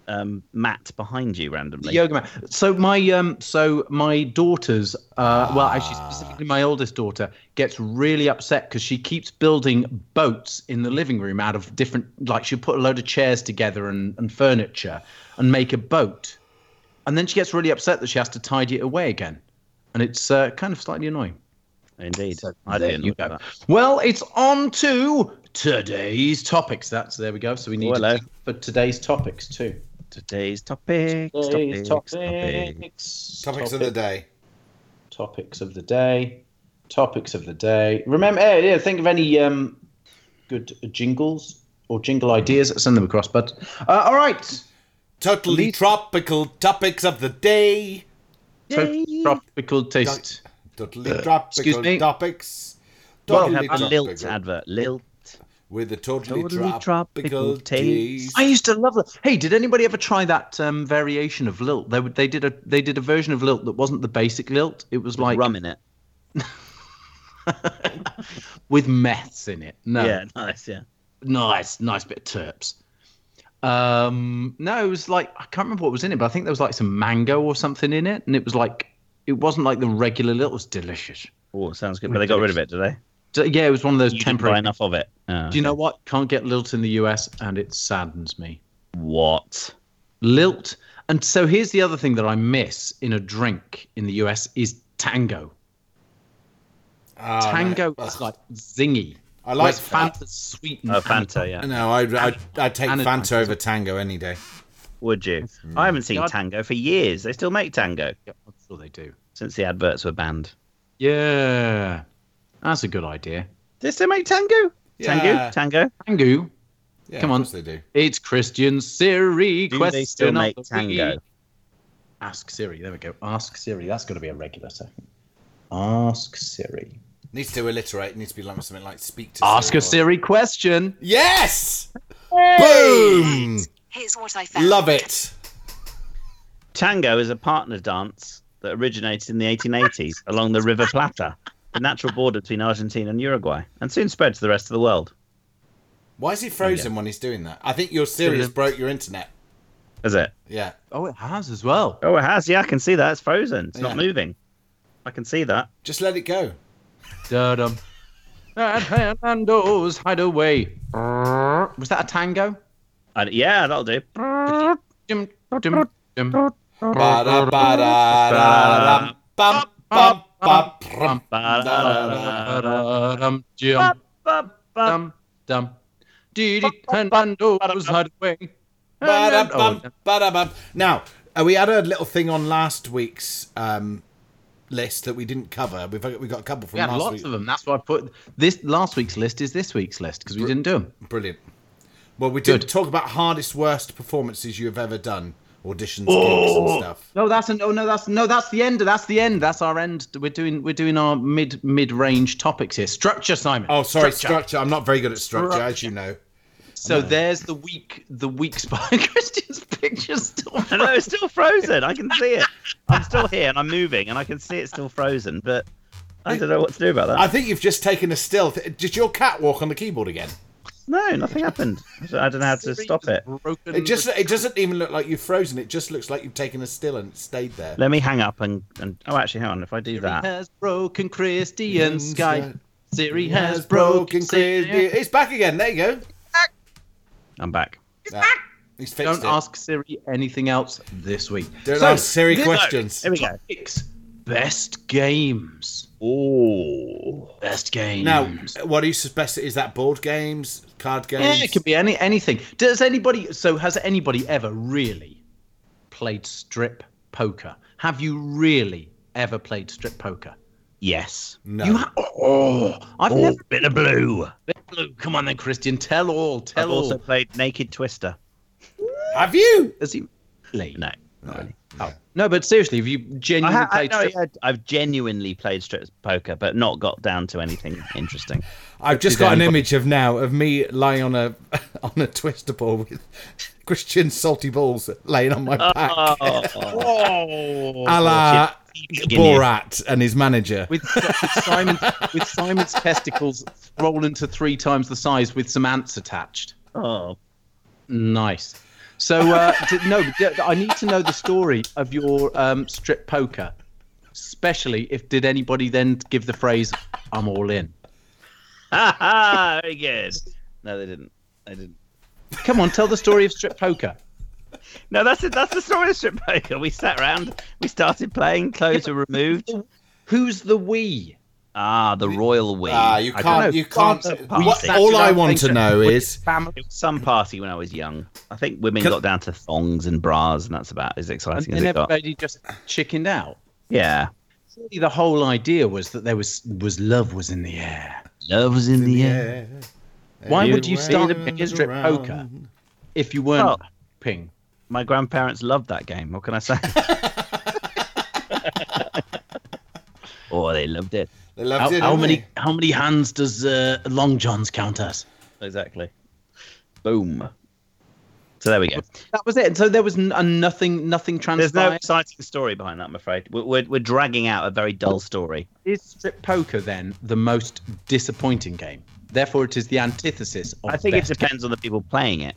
[SPEAKER 3] um, mat behind you randomly.
[SPEAKER 2] yoga mat. So my um, so my daughter's uh, well, actually specifically my oldest daughter gets really upset because she keeps building boats in the living room out of different like she'll put a load of chairs together and, and furniture and make a boat, and then she gets really upset that she has to tidy it away again, and it's uh, kind of slightly annoying.
[SPEAKER 3] Indeed.
[SPEAKER 2] So
[SPEAKER 3] I
[SPEAKER 2] there
[SPEAKER 3] didn't
[SPEAKER 2] you
[SPEAKER 3] know
[SPEAKER 2] go.
[SPEAKER 3] that.
[SPEAKER 2] Well, it's on to today's topics. That's there we go. So we need
[SPEAKER 3] Oh,
[SPEAKER 2] to
[SPEAKER 3] hello.
[SPEAKER 2] think for today's topics too.
[SPEAKER 3] Today's topic.
[SPEAKER 2] Today's
[SPEAKER 3] topics, topics.
[SPEAKER 2] topics.
[SPEAKER 1] topics of the day.
[SPEAKER 2] topics of the day topics of the day remember eh, yeah think of any um good jingles or jingle ideas send them across bud uh, all right
[SPEAKER 1] Totally tropical topics of the day.
[SPEAKER 2] Tro- tropical taste
[SPEAKER 1] Totally tropical
[SPEAKER 2] Uh, excuse me.
[SPEAKER 1] topics.
[SPEAKER 2] Well,
[SPEAKER 1] Totally
[SPEAKER 2] have
[SPEAKER 3] A lilt
[SPEAKER 1] tropical.
[SPEAKER 3] advert. Lilt.
[SPEAKER 1] with a totally,
[SPEAKER 3] Totally
[SPEAKER 1] tropical,
[SPEAKER 3] tropical
[SPEAKER 1] taste.
[SPEAKER 3] taste.
[SPEAKER 2] i used to love that hey did anybody ever try that um variation of lilt they would- they did a they did a version of lilt that wasn't the basic lilt it was like
[SPEAKER 3] rum in it.
[SPEAKER 2] with meths in it no
[SPEAKER 3] Yeah, nice. Yeah.
[SPEAKER 2] nice nice bit of terps um no it was like i can't remember what was in it but i think there was like some mango or something in it and it was like it wasn't like the regular little it was delicious
[SPEAKER 3] Oh, sounds good. But they got rid of it, did they?
[SPEAKER 2] D- yeah it was one of those
[SPEAKER 3] You didn't buy
[SPEAKER 2] temporary
[SPEAKER 3] enough of it. Oh,
[SPEAKER 2] do you know what can't get lilt in the us and it saddens me
[SPEAKER 3] what?
[SPEAKER 2] lilt and so here's the other thing that i miss in a drink in the us is tango
[SPEAKER 1] Oh, no.
[SPEAKER 2] tango
[SPEAKER 1] Ugh.
[SPEAKER 2] is like zingy
[SPEAKER 1] I like
[SPEAKER 2] Whereas fanta's sweet and
[SPEAKER 3] Oh, Fanta. Yeah.
[SPEAKER 1] No, I I I'd take
[SPEAKER 2] And a
[SPEAKER 1] Fanta
[SPEAKER 2] Fanta.
[SPEAKER 1] over Tango any day.
[SPEAKER 3] Would you? I haven't seen
[SPEAKER 2] God.
[SPEAKER 3] Tango for years. They still make Tango
[SPEAKER 2] i'm sure they do
[SPEAKER 3] since the adverts were banned.
[SPEAKER 2] Yeah, that's a good idea.
[SPEAKER 3] Did they make tango?
[SPEAKER 1] Yeah.
[SPEAKER 3] Tango? Tango?
[SPEAKER 2] Tango.
[SPEAKER 1] Yeah,
[SPEAKER 2] Come
[SPEAKER 1] of
[SPEAKER 2] on.
[SPEAKER 1] course they do.
[SPEAKER 2] It's Christian Siri.
[SPEAKER 3] Do
[SPEAKER 2] question
[SPEAKER 3] they still
[SPEAKER 2] of
[SPEAKER 3] make
[SPEAKER 2] the
[SPEAKER 3] tango?
[SPEAKER 2] week. Ask Siri. There we go. Ask Siri. That's got to be a regular second. Ask Siri.
[SPEAKER 1] Needs to alliterate. Needs to be like something like speak to.
[SPEAKER 2] Ask a
[SPEAKER 1] or-
[SPEAKER 2] Siri question.
[SPEAKER 1] Yes. Boom.
[SPEAKER 5] Here's what I found.
[SPEAKER 1] Love it.
[SPEAKER 3] Tango is a partner dance that originated in the 1880s <laughs> along the River Plata, the natural border between Argentina and Uruguay, and soon spread to the rest of the world.
[SPEAKER 1] Why is he frozen when he's doing that? I think your Siri has broke your internet.
[SPEAKER 3] Is it?
[SPEAKER 1] Yeah.
[SPEAKER 2] Oh, it has as well.
[SPEAKER 3] Oh, it has. Yeah, I can see that. It's frozen. It's
[SPEAKER 1] Yeah.
[SPEAKER 3] not moving. I can see that.
[SPEAKER 1] Just let it go.
[SPEAKER 2] Dum. At Hernando's hideaway. Was that a tango?
[SPEAKER 3] And yeah, that'll do. Oh,
[SPEAKER 2] Dum, dum, dum.
[SPEAKER 1] Ba-da-ba-da-dum, bum, bum, bum, brum.
[SPEAKER 3] Ba-da-da-da.
[SPEAKER 2] Dum, dum, dum, dum. Dee dee, Hernando's hideaway.
[SPEAKER 1] Ba-da-bum,
[SPEAKER 2] Oh,
[SPEAKER 1] ba-da-bum. Now, uh, we had a little thing on last week's um, list that we didn't cover. We've we got a couple from
[SPEAKER 2] We had
[SPEAKER 1] last
[SPEAKER 2] lots
[SPEAKER 1] week.
[SPEAKER 2] of them. That's why I put this last week's list is this week's list because we didn't do them.
[SPEAKER 1] Brilliant. Well, we did
[SPEAKER 2] Good.
[SPEAKER 1] talk about hardest, worst performances you have ever done, auditions, gigs, and stuff.
[SPEAKER 2] No, that's an, oh no, that's no, that's the end. That's the end. That's our end. We're doing we're doing our mid mid range topics here. Structure, Simon.
[SPEAKER 1] Oh, sorry, structure. I'm not very good at structure, as you know.
[SPEAKER 2] so there's the week the week's <laughs> by Christian's pictures still.
[SPEAKER 3] I know it's still frozen. I can see it. I'm still here and I'm moving and I can see it's still frozen, but I don't know what to do about that.
[SPEAKER 1] I think you've just taken a still. Th- did your cat walk on the keyboard again?
[SPEAKER 3] No, nothing happened. I don't know how to stop it.
[SPEAKER 2] Broken.
[SPEAKER 1] It just it doesn't even look like you've frozen. It just looks like you've taken a still and it's stayed there.
[SPEAKER 3] Let me hang up and, and oh, actually, hang on. If I do
[SPEAKER 2] Siri
[SPEAKER 3] that,
[SPEAKER 2] has broken Christian's
[SPEAKER 1] Sky.
[SPEAKER 2] sky. Siri has broken.
[SPEAKER 1] clear-
[SPEAKER 2] Siri.
[SPEAKER 1] It's back again. There you go.
[SPEAKER 3] I'm back.
[SPEAKER 1] Ah, he's fixed
[SPEAKER 2] Don't
[SPEAKER 1] it.
[SPEAKER 2] ask Siri anything else this week.
[SPEAKER 1] Don't
[SPEAKER 2] So,
[SPEAKER 1] ask Siri
[SPEAKER 2] this-
[SPEAKER 1] questions.
[SPEAKER 3] Here we go.
[SPEAKER 2] Topics. Best games.
[SPEAKER 3] Oh,
[SPEAKER 2] Best games.
[SPEAKER 1] Now, what do you suspect? Is that board games, card games?
[SPEAKER 2] Yeah, it could be any anything. Does anybody? So has anybody ever really played strip poker? Have you really ever played strip poker?
[SPEAKER 3] yes.
[SPEAKER 1] No.
[SPEAKER 2] You ha- oh, I've
[SPEAKER 3] Oh,
[SPEAKER 2] never.
[SPEAKER 3] bit of blue.
[SPEAKER 2] Blue, Come on then, Christian. Tell all. Tell
[SPEAKER 3] I've
[SPEAKER 2] all.
[SPEAKER 3] also played Naked Twister.
[SPEAKER 1] Have you?
[SPEAKER 2] Has he really?
[SPEAKER 3] No.
[SPEAKER 2] No, but seriously, have you
[SPEAKER 3] I
[SPEAKER 2] genuinely
[SPEAKER 3] ha- I,
[SPEAKER 2] played?
[SPEAKER 3] no,
[SPEAKER 2] strip-
[SPEAKER 3] yeah, I've genuinely played strip poker, but not got down to <laughs> anything interesting.
[SPEAKER 1] I've just
[SPEAKER 2] Did
[SPEAKER 1] got an
[SPEAKER 2] anybody-
[SPEAKER 1] image of now of me lying on a <laughs> on a twister ball with <laughs> Christian salty balls laying on my
[SPEAKER 2] Ah,
[SPEAKER 1] back,
[SPEAKER 3] Oh,
[SPEAKER 1] a la Borat and his manager.
[SPEAKER 2] with, with Simon with Simon's testicles rolling to three times the size with some ants attached.
[SPEAKER 3] Oh,
[SPEAKER 2] Nice. So
[SPEAKER 1] <laughs>
[SPEAKER 2] uh, d- no, d- I need to know the story of your um, strip poker, especially if did anybody then give the phrase "I'm all in."
[SPEAKER 3] ha, ha, <laughs> very good. <laughs> No, they didn't. They didn't.
[SPEAKER 2] Come on, tell the story of strip poker.
[SPEAKER 3] No, that's it. That's the story of strip poker. We sat around, we started playing, clothes were removed.
[SPEAKER 2] Who's the we?
[SPEAKER 3] Ah, the royal we.
[SPEAKER 1] Ah, you
[SPEAKER 3] I don't
[SPEAKER 1] can't.
[SPEAKER 3] know.
[SPEAKER 1] You can't.
[SPEAKER 3] Can't
[SPEAKER 1] what-
[SPEAKER 3] pass it.
[SPEAKER 1] all I
[SPEAKER 2] Saturday
[SPEAKER 1] want to
[SPEAKER 2] night
[SPEAKER 1] know is
[SPEAKER 2] Family.
[SPEAKER 3] It was some party when I was young. I think women
[SPEAKER 1] Can-
[SPEAKER 3] got down to thongs and bras, and that's about as
[SPEAKER 2] And
[SPEAKER 3] exciting as
[SPEAKER 2] then
[SPEAKER 3] it got.
[SPEAKER 2] everybody just chickened out.
[SPEAKER 3] Yeah,
[SPEAKER 2] Surely The whole idea was that there was was love was in the air.
[SPEAKER 3] love was in, the air.
[SPEAKER 2] Why would you
[SPEAKER 1] went
[SPEAKER 2] start
[SPEAKER 1] around.
[SPEAKER 2] a strip poker if you weren't
[SPEAKER 3] Oh.
[SPEAKER 2] ping?
[SPEAKER 3] My grandparents loved that game. What can I <laughs> say? oh, they loved it.
[SPEAKER 1] They loved
[SPEAKER 2] How,
[SPEAKER 1] it,
[SPEAKER 2] how
[SPEAKER 1] didn't
[SPEAKER 2] many
[SPEAKER 1] they?
[SPEAKER 2] how many hands does uh, Long John's count as?
[SPEAKER 3] Exactly. Boom. So there we go.
[SPEAKER 2] That was it. So there was n- uh, nothing, nothing
[SPEAKER 3] There's no
[SPEAKER 2] transpired.
[SPEAKER 3] exciting story behind that, I'm afraid. We're, we're, we're dragging out a very dull story.
[SPEAKER 2] Is strip poker then the most disappointing game? Therefore, it is the antithesis of.
[SPEAKER 3] I think it
[SPEAKER 2] best
[SPEAKER 3] depends on the people playing it.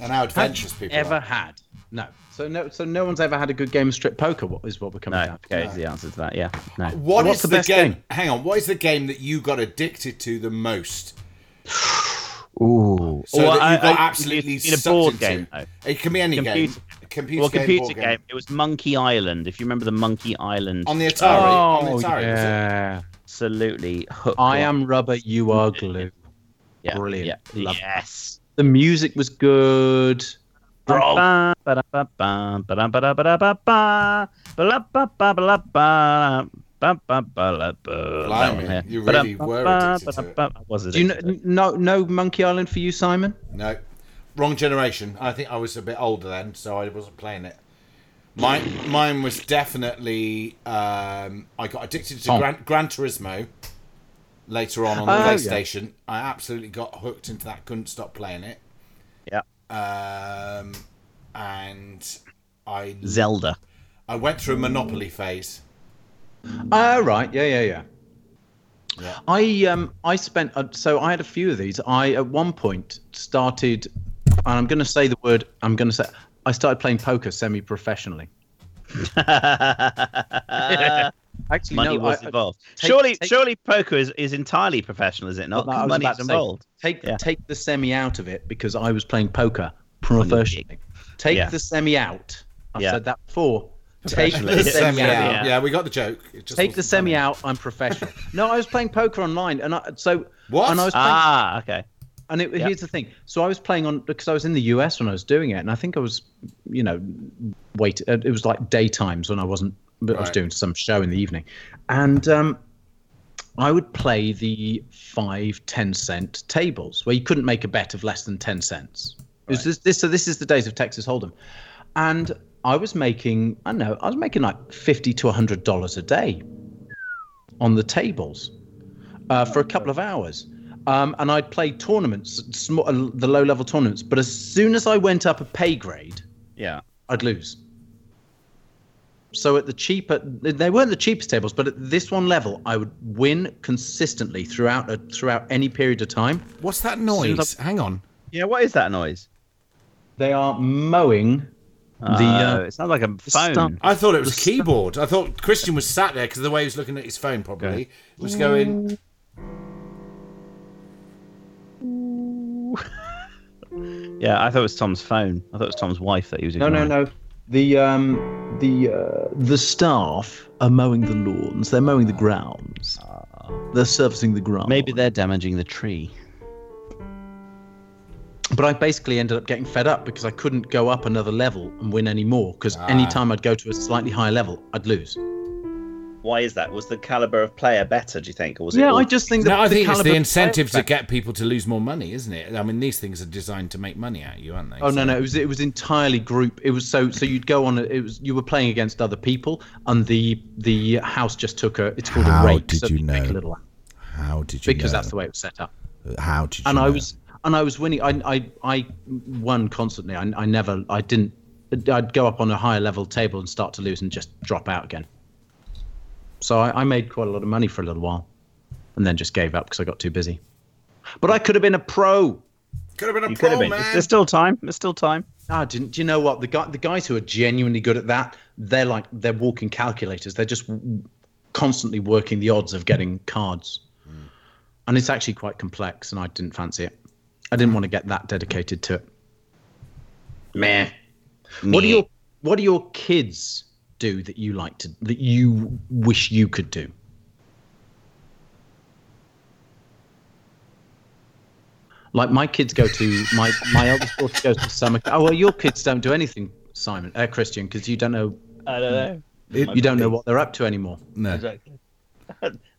[SPEAKER 1] And how
[SPEAKER 2] game
[SPEAKER 1] adventurous people
[SPEAKER 2] ever
[SPEAKER 1] are.
[SPEAKER 2] had. No. So no. So no one's ever had a good game of strip poker. What is what we're coming
[SPEAKER 3] No,
[SPEAKER 2] down to?
[SPEAKER 3] okay, is the answer to that. Yeah, no.
[SPEAKER 1] What
[SPEAKER 2] What's
[SPEAKER 1] is
[SPEAKER 2] the
[SPEAKER 1] the
[SPEAKER 2] best
[SPEAKER 1] game?
[SPEAKER 2] game?
[SPEAKER 1] Hang on. What is the game that you got addicted to the most?
[SPEAKER 2] Ooh.
[SPEAKER 1] So
[SPEAKER 3] Well,
[SPEAKER 1] that you
[SPEAKER 3] I-
[SPEAKER 1] got
[SPEAKER 3] I-
[SPEAKER 1] absolutely
[SPEAKER 3] in a
[SPEAKER 1] sucked
[SPEAKER 3] board
[SPEAKER 1] into?
[SPEAKER 3] game, though.
[SPEAKER 1] It can be any
[SPEAKER 3] Computer-
[SPEAKER 1] game. A computer
[SPEAKER 3] Well,
[SPEAKER 1] game,
[SPEAKER 3] computer
[SPEAKER 1] board
[SPEAKER 3] game. It was Monkey Island. If you remember the Monkey Island,
[SPEAKER 1] on the Atari. on
[SPEAKER 2] Oh
[SPEAKER 1] the Atari, was it?
[SPEAKER 2] yeah.
[SPEAKER 3] absolutely hooked.
[SPEAKER 2] I
[SPEAKER 3] on-
[SPEAKER 2] am rubber. You are glue.
[SPEAKER 3] yeah,
[SPEAKER 2] brilliant.
[SPEAKER 3] Yeah,
[SPEAKER 2] Love
[SPEAKER 3] yes.
[SPEAKER 2] The music was good.
[SPEAKER 3] Ba- ba- da- ba- ba- ba- da- ba- da- ba- da- ba- ba- ba- ba- la- ba- ba- ba- la- ba- Bum, bum, ba, la, bu. That one
[SPEAKER 1] Blimey,
[SPEAKER 3] there.
[SPEAKER 1] you
[SPEAKER 3] Ba-dum,
[SPEAKER 1] really
[SPEAKER 3] bum,
[SPEAKER 1] were
[SPEAKER 3] bum,
[SPEAKER 1] addicted to
[SPEAKER 3] ba-dum,
[SPEAKER 1] it.
[SPEAKER 3] bum. I was
[SPEAKER 2] Do you
[SPEAKER 3] addicted to
[SPEAKER 2] know,
[SPEAKER 3] it.
[SPEAKER 2] no no Monkey Island for you, Simon?
[SPEAKER 1] No, wrong generation. I think I was a bit older then, so I wasn't playing it. Mine, mine was definitely. Um, I got addicted to
[SPEAKER 2] Oh.
[SPEAKER 1] Gran, Gran Turismo. Later on on the
[SPEAKER 2] Oh, yeah.
[SPEAKER 1] PlayStation, I absolutely got hooked into that. Couldn't stop playing it.
[SPEAKER 3] Yeah.
[SPEAKER 1] Um, and I
[SPEAKER 3] Zelda.
[SPEAKER 1] I went through a Monopoly phase.
[SPEAKER 2] Oh, right. Yeah, yeah, yeah.
[SPEAKER 1] Yeah.
[SPEAKER 2] I um I spent uh, so I had a few of these. I at one point started, and I'm going to say the word. I'm going to say I started playing poker semi-professionally. Actually,
[SPEAKER 3] Money
[SPEAKER 2] no,
[SPEAKER 3] was
[SPEAKER 2] I- I-
[SPEAKER 3] involved.
[SPEAKER 2] take-
[SPEAKER 3] surely,
[SPEAKER 2] take-
[SPEAKER 3] surely poker is, is entirely professional, is it not?
[SPEAKER 2] No, I
[SPEAKER 3] 'Cause
[SPEAKER 2] was about
[SPEAKER 3] money's
[SPEAKER 2] to say,
[SPEAKER 3] involved.
[SPEAKER 2] Take
[SPEAKER 3] Yeah.
[SPEAKER 2] take the semi out of it because I was playing poker professionally. Take
[SPEAKER 3] Yeah.
[SPEAKER 2] the semi out. I've
[SPEAKER 3] Yeah.
[SPEAKER 2] said that before. Take
[SPEAKER 3] Professionally.
[SPEAKER 2] the
[SPEAKER 3] Yeah.
[SPEAKER 2] semi
[SPEAKER 3] Semi
[SPEAKER 2] out.
[SPEAKER 3] out.
[SPEAKER 1] Yeah, we got the joke. It just
[SPEAKER 2] Take the
[SPEAKER 1] wasn't
[SPEAKER 2] semi
[SPEAKER 1] funny.
[SPEAKER 2] out. I'm professional. no, I was playing poker online, and I so
[SPEAKER 1] What?
[SPEAKER 2] And I was playing,
[SPEAKER 3] Ah, okay.
[SPEAKER 2] and it,
[SPEAKER 3] yeah.
[SPEAKER 2] here's the thing. So I was playing on because I was in the US when I was doing it, and I think I was, you know, wait. uh, It was like daytimes when I wasn't, but I was
[SPEAKER 1] Right.
[SPEAKER 2] doing some show in the evening, and um, I would play the five ten cent tables where you couldn't make a bet of less than ten cents. It was this, this, so this is the days of Texas Hold'em, and I was making I don't know I was making like fifty to hundred dollars a day on the tables uh, for a couple of hours. Um, and I'd play tournaments, sm- uh, the low level tournaments. But as soon as I went up a pay grade,
[SPEAKER 3] Yeah.
[SPEAKER 2] I'd lose. So at the cheaper, they weren't the cheapest tables, but at this one level, I would win consistently throughout a, throughout any period of time.
[SPEAKER 1] What's that noise? Hang on.
[SPEAKER 3] Yeah, what is that noise?
[SPEAKER 2] They are mowing the.
[SPEAKER 3] Uh,
[SPEAKER 2] Uh,
[SPEAKER 3] it sounds like a phone.
[SPEAKER 2] stump.
[SPEAKER 1] I thought it was keyboard. I thought Christian was sat there because the way he was looking at his phone, probably was going.
[SPEAKER 3] Yeah, I thought it was Tom's phone. I thought it was Tom's wife that he was.
[SPEAKER 2] no, no,
[SPEAKER 3] ignoring.
[SPEAKER 2] no. The um, the uh, the staff are mowing the lawns. They're mowing the grounds. They're servicing the ground.
[SPEAKER 3] Maybe they're damaging the tree.
[SPEAKER 2] but I basically ended up getting fed up because I couldn't go up another level and win any more because
[SPEAKER 1] Ah.
[SPEAKER 2] any time I'd go to a slightly higher level, I'd lose.
[SPEAKER 3] Why is that? Was the caliber of player better? Do you think, or was
[SPEAKER 2] Yeah, I just think that
[SPEAKER 1] No, I think it's
[SPEAKER 2] caliber-
[SPEAKER 1] the incentive to get people to lose more money, isn't it? I mean, these things are designed to make money out of you, aren't they?
[SPEAKER 2] Oh no, no, it was it was entirely group. It was so so you'd go on. a- It was you were playing against other people, and the the house just took a. It's called
[SPEAKER 1] How
[SPEAKER 2] a rake.
[SPEAKER 1] did
[SPEAKER 2] so
[SPEAKER 1] you
[SPEAKER 2] they'd make
[SPEAKER 1] know?
[SPEAKER 2] A little,
[SPEAKER 1] How did you?
[SPEAKER 2] because that's the way it was set up.
[SPEAKER 1] the how did you?
[SPEAKER 2] and I was and I was winning. I I, I won constantly. I, I never I didn't. I'd go up on a higher level table and start to lose and just drop out again. So I, I made quite a lot of money for a little while, and then just gave up because I got too busy. But I could have been a pro.
[SPEAKER 1] could have been a
[SPEAKER 3] You could
[SPEAKER 1] pro
[SPEAKER 3] have been.
[SPEAKER 1] Oh, man.
[SPEAKER 3] There's still time. There's still time.
[SPEAKER 2] Ah, didn't do you know what the guy the guys who are genuinely good at that? They're like they're walking calculators. They're just w- constantly working the odds of getting cards, and it's actually quite complex. And I didn't fancy it. I didn't want to get that dedicated to it. Meh. What do your What do your kids do that you like to that you wish you could do? Like my kids go to my my eldest daughter goes to summer. Oh well, your kids don't do anything, Simon, uh, Christian, because you don't know
[SPEAKER 3] I don't know.
[SPEAKER 2] you don't know what they're up to anymore.
[SPEAKER 1] no.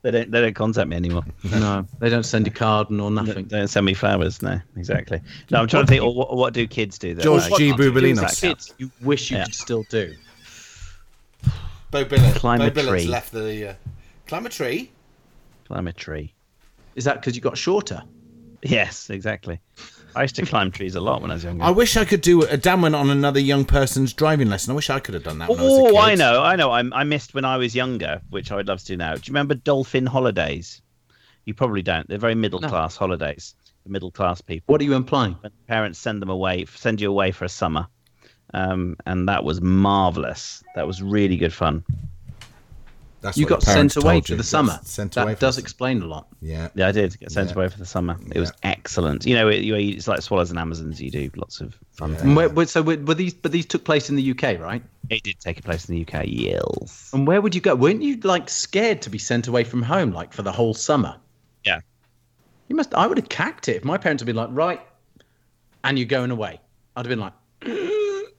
[SPEAKER 3] They don't. They don't contact me anymore.
[SPEAKER 2] <laughs> No, they don't send a card or
[SPEAKER 3] They
[SPEAKER 2] nothing.
[SPEAKER 3] don't send me flowers. No,
[SPEAKER 2] <laughs>
[SPEAKER 3] exactly. No, I'm trying to think. Or what, what do kids do? that-
[SPEAKER 1] George
[SPEAKER 3] like,
[SPEAKER 1] G.
[SPEAKER 3] can't do
[SPEAKER 1] Boubilinos.
[SPEAKER 3] that count?
[SPEAKER 2] Kids, you wish you
[SPEAKER 3] Yeah.
[SPEAKER 2] could still do.
[SPEAKER 1] Bo Billett.
[SPEAKER 3] Climb a
[SPEAKER 1] Bo Billett's
[SPEAKER 3] tree.
[SPEAKER 1] left the uh, climb a tree.
[SPEAKER 3] Climb a tree.
[SPEAKER 2] Is that because you got shorter?
[SPEAKER 3] Yes, exactly. I used to climb trees a lot when I was younger.
[SPEAKER 1] I wish I could do a Dan went on another young person's driving lesson. I wish I could have done that. when I was a
[SPEAKER 3] Oh,
[SPEAKER 1] kid.
[SPEAKER 3] I know, I know. I, I missed when I was younger, which I would love to do now. Do you remember Dolphin Holidays? You probably don't. They're very middle class holidays. The middle class people.
[SPEAKER 2] What are you implying?
[SPEAKER 3] When parents send them away, send you away for a summer, um, and that was marvelous. That was really good fun.
[SPEAKER 1] That's
[SPEAKER 2] You
[SPEAKER 1] what your
[SPEAKER 2] got sent
[SPEAKER 1] parents
[SPEAKER 2] away
[SPEAKER 1] told
[SPEAKER 2] for
[SPEAKER 1] you.
[SPEAKER 2] the summer.
[SPEAKER 1] Sent
[SPEAKER 2] that
[SPEAKER 1] away. for-
[SPEAKER 2] does explain a lot.
[SPEAKER 1] Yeah.
[SPEAKER 3] Yeah, I did get sent
[SPEAKER 1] Yeah.
[SPEAKER 3] away for the summer. It was excellent. You know, it, you, it's like Swallows and Amazons. You do lots of fun.
[SPEAKER 1] Yeah.
[SPEAKER 3] things.
[SPEAKER 2] And where, where, so were, were these? But these took place in the UK, right?
[SPEAKER 3] It did take place in the UK. Yes.
[SPEAKER 2] And where would you go? Weren't you like scared to be sent away from home, like for the whole summer?
[SPEAKER 3] Yeah.
[SPEAKER 2] You must. I would have cacked it if my parents had been like, right, and you're going away. I'd have been like, <clears throat> uh,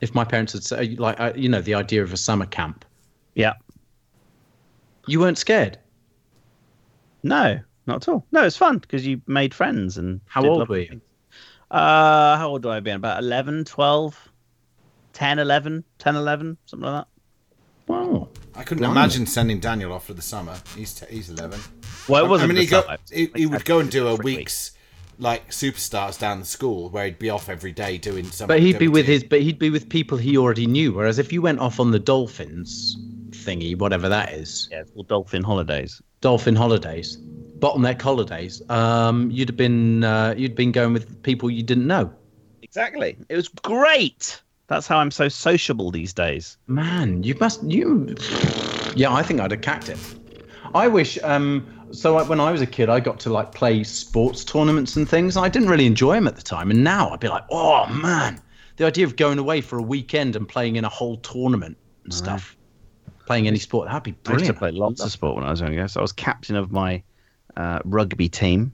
[SPEAKER 2] if my parents had said, like, I, you know, the idea of a summer camp.
[SPEAKER 3] Yeah.
[SPEAKER 2] You weren't scared.
[SPEAKER 3] No, not at all. No, it's fun because you made friends and.
[SPEAKER 2] How
[SPEAKER 3] did
[SPEAKER 2] old
[SPEAKER 3] lovely
[SPEAKER 2] were you?
[SPEAKER 3] things. Uh, how old do I have been? About 11, 12, 10, 11, 10, 11, something like
[SPEAKER 2] Wow.
[SPEAKER 1] I couldn't imagine sending Daniel off for the summer. He's t- he's eleven.
[SPEAKER 3] that. Well, it wasn't.
[SPEAKER 1] I mean,
[SPEAKER 3] the
[SPEAKER 1] he, go,
[SPEAKER 3] summer.
[SPEAKER 1] he, he
[SPEAKER 3] Like, uh,
[SPEAKER 1] would go and do a
[SPEAKER 3] three
[SPEAKER 1] week's like superstars down the school where he'd be off every day doing something.
[SPEAKER 2] But he'd be with his. But he'd be with people he already knew. Whereas if you went off on the dolphins thingy, whatever that is,
[SPEAKER 3] Yeah, it's called Dolphin Holidays.
[SPEAKER 2] dolphin holidays, bottleneck holidays, um, you'd have been uh, you'd been going with people you didn't know.
[SPEAKER 3] Exactly. It was great. That's how I'm so sociable these days.
[SPEAKER 2] Man, you must you. Yeah, I think I'd have cacked it. I wish. Um, so I, when I was a kid, I got to like play sports tournaments and things. And I didn't really enjoy them at the time, and now I'd be like, oh man, the idea of going away for a weekend and playing in a whole tournament and stuff, playing any sport, that'd be
[SPEAKER 3] I used to
[SPEAKER 2] brilliant.
[SPEAKER 3] play lots of sport when I was younger. So I was captain of my uh, rugby team.